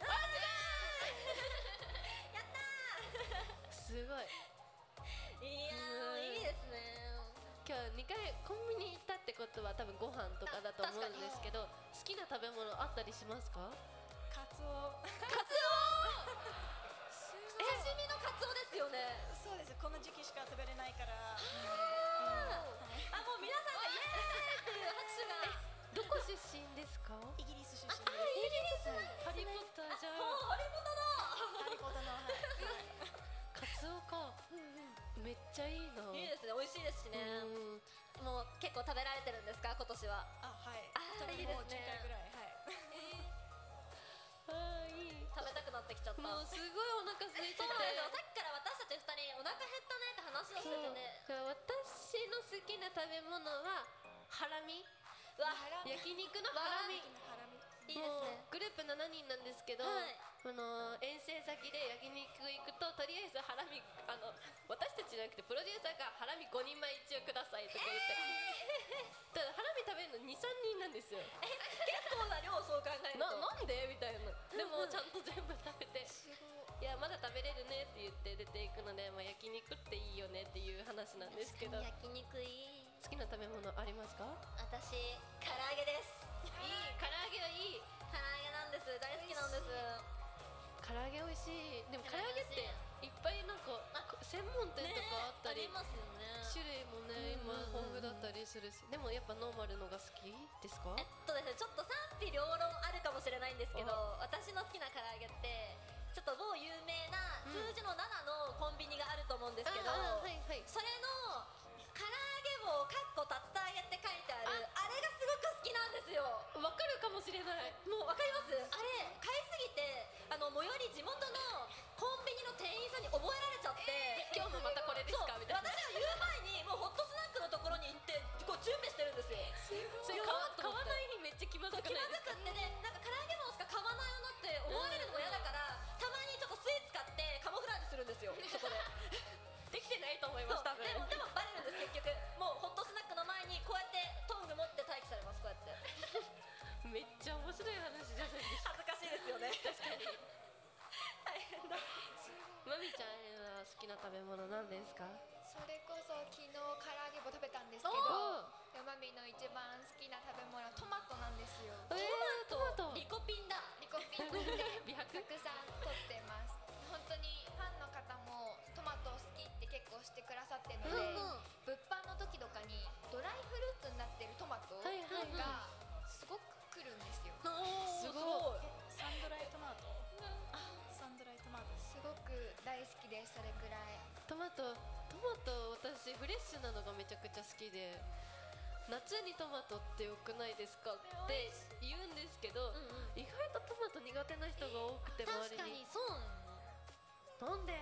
あすごいやったすごいーいやーいいですね今日2回コンビニ行ったってことは多分ご飯とかだと思うんですけど好きな食べ物あったりしますかカツオカツオ刺身のカツオですよねそうですこの時期しか食べれないかあらもう皆さんがイエーイっていう拍手がどこ出身ですかイギリス出身あイギリスハリーポッターじゃもんうハリポタだハリポタのはいカツオかめっちゃいいないいですね美味しいですしねうんもう結構食べられてるんですか今年はあはいあーいいですねもう10回ぐらいはいあーいい食べたくなってきちゃったもうすごいお腹空いててそうなんですよさっきから私たち二人お腹減ったねって話をしてそうてね私の好きな食べ物はハラミうわ焼肉のハラミハラミいいですねもうグループ7人なんですけど、はいあのー遠征先で焼肉行くととりあえずハラミあの私たちじゃなくてプロデューサーがハラミ5人前一応くださいとか言って、ただハラミ食べるの23人なんですよ結構な量そう考えるなとなんでみたいなでもちゃんと全部食べていやまだ食べれるねって言って出ていくので、まあ、焼肉っていいよねっていう話なんですけど好焼肉いいきな食べ物ありますか私唐揚げですいい唐揚げはいい唐揚げなんです大好きなんです唐揚げ美味しいでも唐揚げっていっぱいなんかこ専門店とかあったり、ねありますよね種類もね今豊富だったりするしでもやっぱノーマルのが好きですかえっとですねちょっと賛否両論あるかもしれないんですけど私の好きな唐揚げってちょっと某有名な数字の7のコンビニがあると思うんですけど、あーはいはいそれの唐揚げ棒かっこ竜田揚げって書いてあるあれがすごく好きなんですよわかるかもしれないもうわかりますあれ買いすぎてあの最寄り地元のコンビニの店員さんに覚えられちゃって、今日もまたこれですかみたいなそう私は言う前にもうホットスナックのところに行ってこう準備してるんですよそれ買わ買わない日めっちゃ気まずく気なまいですずくってねなんか唐揚げ棒しか買わないよなって思われるのも嫌だからたまにちょっとスイーツ買ってカモフラージュするんですよそ こでできてないと思いそまうす多分でもでもバレるんです結局もうホットスナックの前にこうやってトング持って待機されますこうやってめっちゃ面白い話じゃないですか恥ずかしいですよね 確かに大変だまみちゃんは好きな食べ物なんですかそれこそ昨日唐揚げも食べたんですけおどでマミの一番好きな食べ物はトマトなんですよえー、トマトリコピンだリコピンで美た白くさん取ってます本当にファンの方もトマトを好きって結構してくださってるので、物販の時とかにドライフルーツになってるトマトはいはいはがいすごく来るんですよすごいサンドライトマトサンドライトマトすごく大好きですそれくらいトマトトマト私フレッシュなのがめちゃくちゃ好きで夏にトマトってよくないですかって言うんですけど、意外とトマト苦手な人が多くて周りにそうなのなんで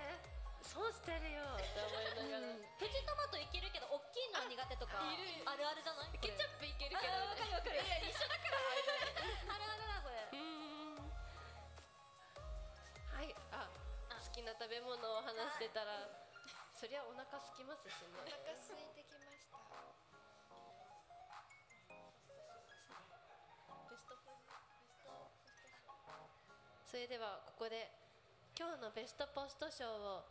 損してるよって思いながら、プチトマトいけるけど大きいのは苦手とかあるあるじゃないケチャップいけるけどわかるわかる一緒だからあるあるだそれはいあ好きな食べ物を話してたら、そりゃお腹空きますしおね腹空いてきました。ベストポイントそれではここで今日のベストポスト賞を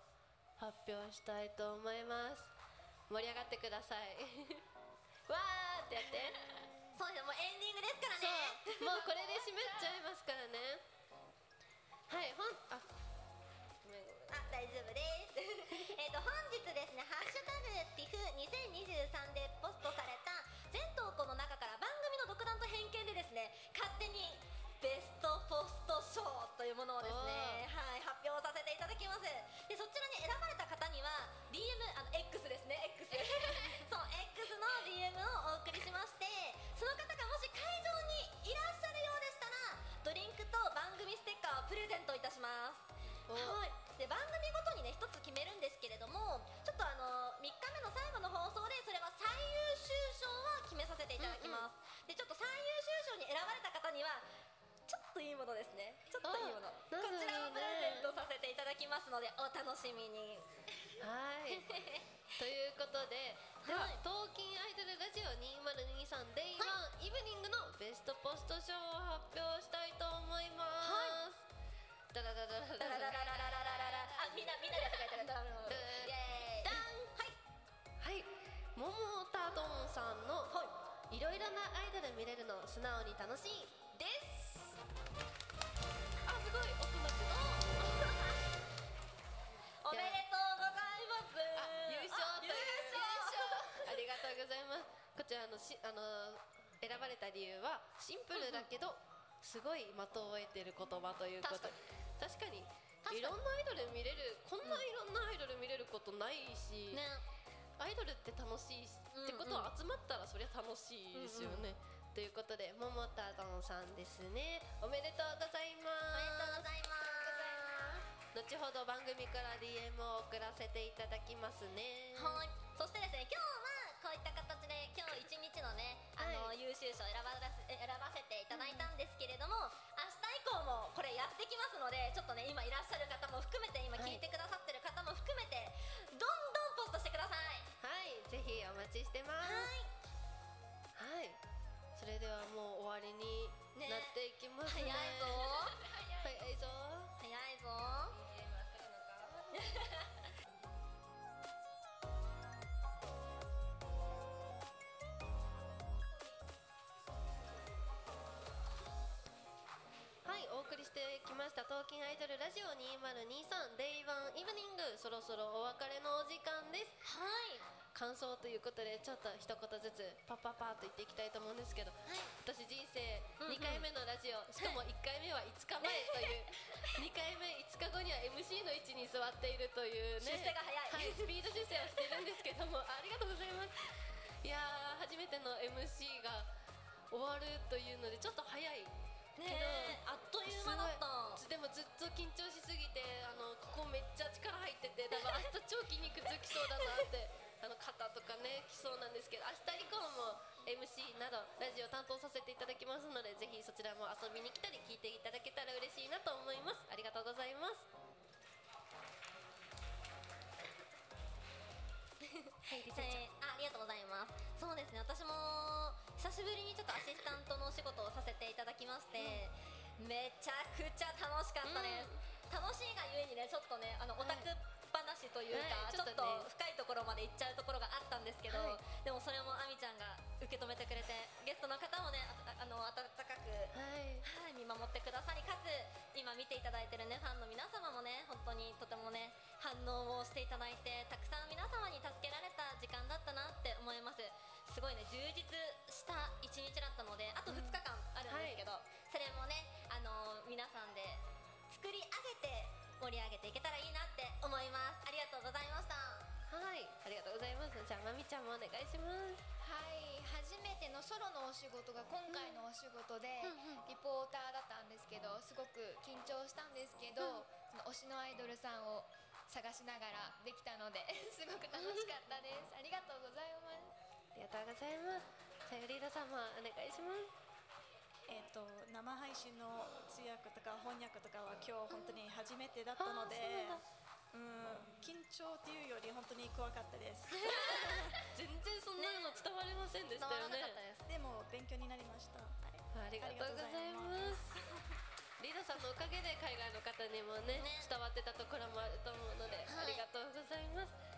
発表したいと思います盛り上がってください わーってやってそうですねもうエンディングですからねそうもうこれで締めちゃいますからねはいほんあごめんごめんあ大丈夫です。 えっと本日ですねハッシュタグティフ2023でポストされた全投稿の中から番組の独断と偏見でですね勝手にベストポスト賞というものをですねはい発表させていただきます。でそちらに選ばれた方には DM あの X ですね X そう X の DM をお送りしましてその方がもし会場にいらっしゃるようでしたらドリンクと番組ステッカーをプレゼントいたします。はい、で番組ごとにね一つ決めるんですけれどもちょっとあの3日目の最後の放送でそれは最優秀賞は決めさせていただきます、でちょっと最優秀賞に選ばれた方にはちょっといいものですねちょっといいものこなんだろうねちらをプレゼントさせていただきますのでお楽しみにはい。ということで、では、東京アイドルラジオ2023 Day1、イブニングのベストポスト賞を発表したいと思います。ダラダラダダララダダララダラダラダラあみんなみんなでやってくれたらダラダラダライエーイダンはい。モモタドンさんの、いろいろなアイドル見れるの素直に楽しいです。あ、すごい、音鳴っておめでとうございます 優勝という優ありがとうございますこちらのしあの選ばれた理由はシンプルだけどすごい的を得てる言葉ということ確かにいろんなアイドル見れるこんないろんなアイドル見れることないし、ねアイドルって楽しいし、ってことは集まったらそりゃ楽しいですよね、ということでももたどんさんですねおめでとうございますおめでとうございます後ほど番組から DM を送らせていただきますねはい、そしてですね、今日はこういった形で今日一日のね、あの、優秀賞を選ばらせ選ばせていただいたんですけれども、明日以降もこれやってきますので、ちょっとね今いらっしゃる方も含めて、今はい聞いてくださってる方も含めて、どんどんポストしてください。はい、ぜひお待ちしてます。はい。それではもう終わりにねなっていきます早いね。ぞ。早いぞ。早いぞ。はい、お送りしてきました東京アイドルラジオ2023デイワンイブニングそろそろお別れのお時間です。はい。感想ということでちょっと一言ずつパッパッパッと言っていきたいと思うんですけど、私人生うんうん2回目のラジオ、しかも1回目は5日前という 2回目5日後には MC の位置に座っているというね出世が早はいい、スピード出世をしてるんですけどもありがとうございますいやー初めての MC が終わるというのでちょっと早いけど、ねえあっという間だった。すごいでもずっと緊張しすぎてあのここめっちゃ力入っててだから明日超筋肉つきそうだなって あの肩とかねきそうなんですけど明日以降も MC などラジオ担当させていただきますのでぜひそちらも遊びに来たり聞いていただけたら嬉しいなと思いますありがとうございますはい、えーあありがとうございます。そうですね、私も久しぶりにちょっとアシスタントのお仕事をさせていただきまして、めちゃくちゃ楽しかったです。楽しいがゆえにね、ちょっとね、あのオタク話というか、はいちょっちょっとと深いところまで行っちゃうところがあったんですけど、はでもそれもあみちゃんが受け止めてくれて、ゲストの方もね、ああの温かく、はいはい、見守ってくださりかつ今見ていただいてるねファンの皆様もね本当にとてもね反応をしていただいてたくさん皆様に助けられた時間だったなって思いますすごいね充実した一日だったのであと2日間あるんですけど、それもねあのー皆さんで作り上げて盛り上げていけたらいいなって思いますありがとうございましたはいありがとうございますじゃあまみちゃんもお願いしますはい、初めてのソロのお仕事が今回のお仕事で、リポーターだったんですけどすごく緊張したんですけど、その推しのアイドルさんを探しながらできたので すごく楽しかったですありがとうございますありがとうございます。さよりら様、お願いします。えー、と生配信の通訳とか翻訳とかは今日本当に初めてだったので、うん、緊張っていうより本当に怖かっ たです。全然そんなの伝わりませんでしたよね。でも勉強になりました。ありがとうございます。リナさんのおかげで海外の方にもね伝わってたところもあると思うので、ありがとうございます。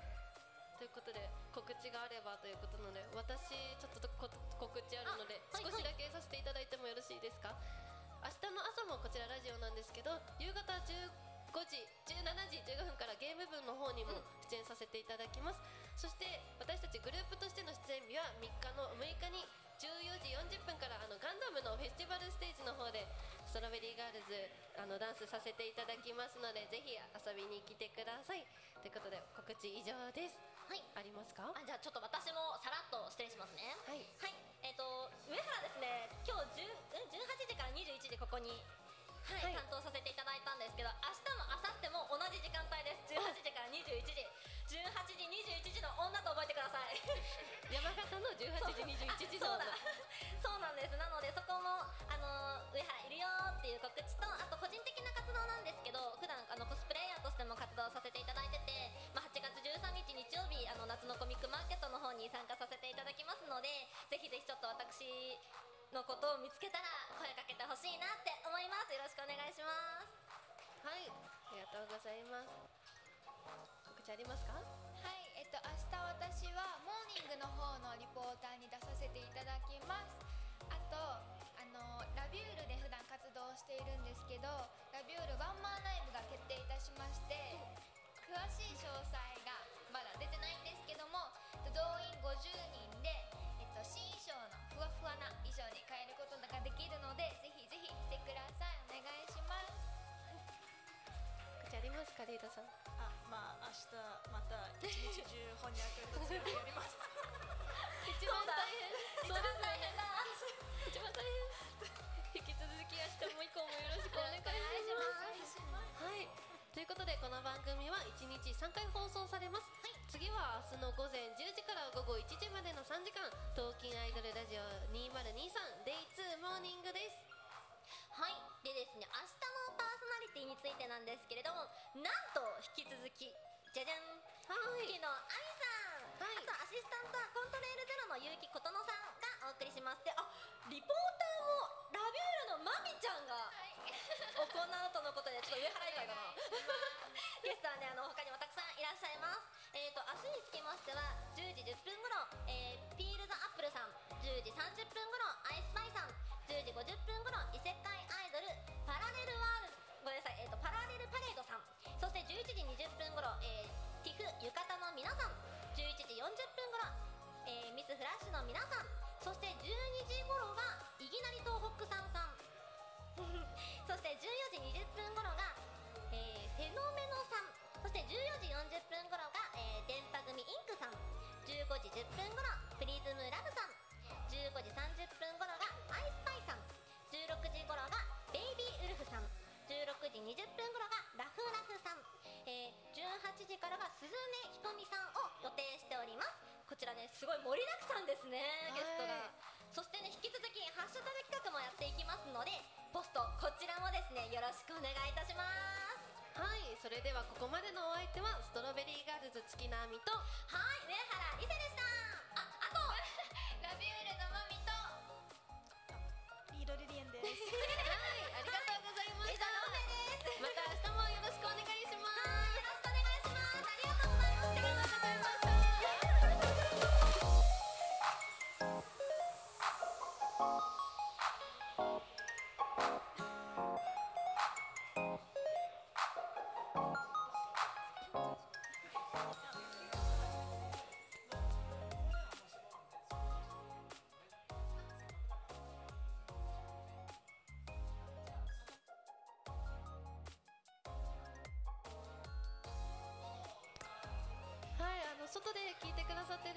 ということで告知があればということなので私ちょっとこ告知あるので少しだけさせていただいてもよろしいですか、明日の朝もこちらラジオなんですけど夕方15時17時15分からゲーム部の方にも出演させていただきます、そして私たちグループとしての出演日は3日の6日に14時40分からあのガンダムのフェスティバルステージの方でストロベリーガールズあのダンスさせていただきますのでぜひ遊びに来てくださいということで告知以上ですはいありますかあじゃあちょっと私もさらっと失礼しますねはい、えっ、と上原ですね今日10うん18時から21時ここにはい、担当させていただいたんですけど明日も明後日も同じ時間帯です18時から21時18時21時の女と覚えてください山形の18時21時のあそうだそうなんですなのでそこもあのー上原いるよーっていう告知とあと個人的な活動なんですけど普段あのコスプレイヤーとしても活動させていただいてて、まあ、8月13日日曜日あの夏のコミックマーケットの方に参加させていただきますのでぜひぜひちょっと私のことを見つけたら声かけてほしいなって思いますよろしくお願いしますはいありがとうございます告知ありますかはいえっと明日私はモーニングの方のリポーターに出させていただきますあとあのラビュールで普段活動しているんですけどラビュールワンマンライブが決定いたしまして詳しい詳細がまだ出てないんですけどもえっと動員50人で、えっと、新衣装のふわふわな衣装に変えることができるのでぜひぜひ来てくださいお願いします告知ありますかリーダさんあ、まあ明日また一日中翻訳と通訳やります。一番大 変そうだ一番大変だ一番大変引き続き明日も以降もよろしくお願いしますはいということでこの番組は1日3回放送されます、次は明日の午前10時から午後1時までの3時間「東京アイドルラジオ 2023Day2 モーニング」ですはいでですね明日のパーソナリティについてなんですけれどもなんと引き続きじゃじゃんはい月のあみさん、あとアシスタントはコントレールゼロの結城琴乃さんがお送りしますであリポーターもラビュールのまみちゃんが行うとのことでちょっと上原以外かなゲストはねあの他にもたくさんいらっしゃいますえーと明日につきましては10時10分頃、えーピールザアップルさん10時30分頃アイスパイさん10時50分頃異世界アイドルパラレルワールドごめんなさい、えー、とパラレルパレードさんそして11時20分頃、えー、ティフ浴衣の皆さん11時40分頃、えーミスフラッシュの皆さんそして12時頃がいきなり東北さんさん そして14時20分頃が、えーフェノメノさんそして14時40分頃が、えー電波組インクさん15時10分頃プリズムラブさん15時30分頃がアイスパイさん16時頃がベイビーウルフさん16時20分頃がラフラフさん、えー18時からが鈴音ひとみさんを予定しておりますこちらねすごい盛りだくさんですねゲストがそしてね引き続きハッシュタグ企画もやっていきますのでポストこちらもですねよろしくお願いいたしますはいそれではここまでのお相手はストロベリーガールズ月並みとはい上原伊勢でしたあ あとラビュールのまみとリードリリエンではす。いありがとうございましたまた明日もよろしくお願いしますはい、あの外で聞いてくださってる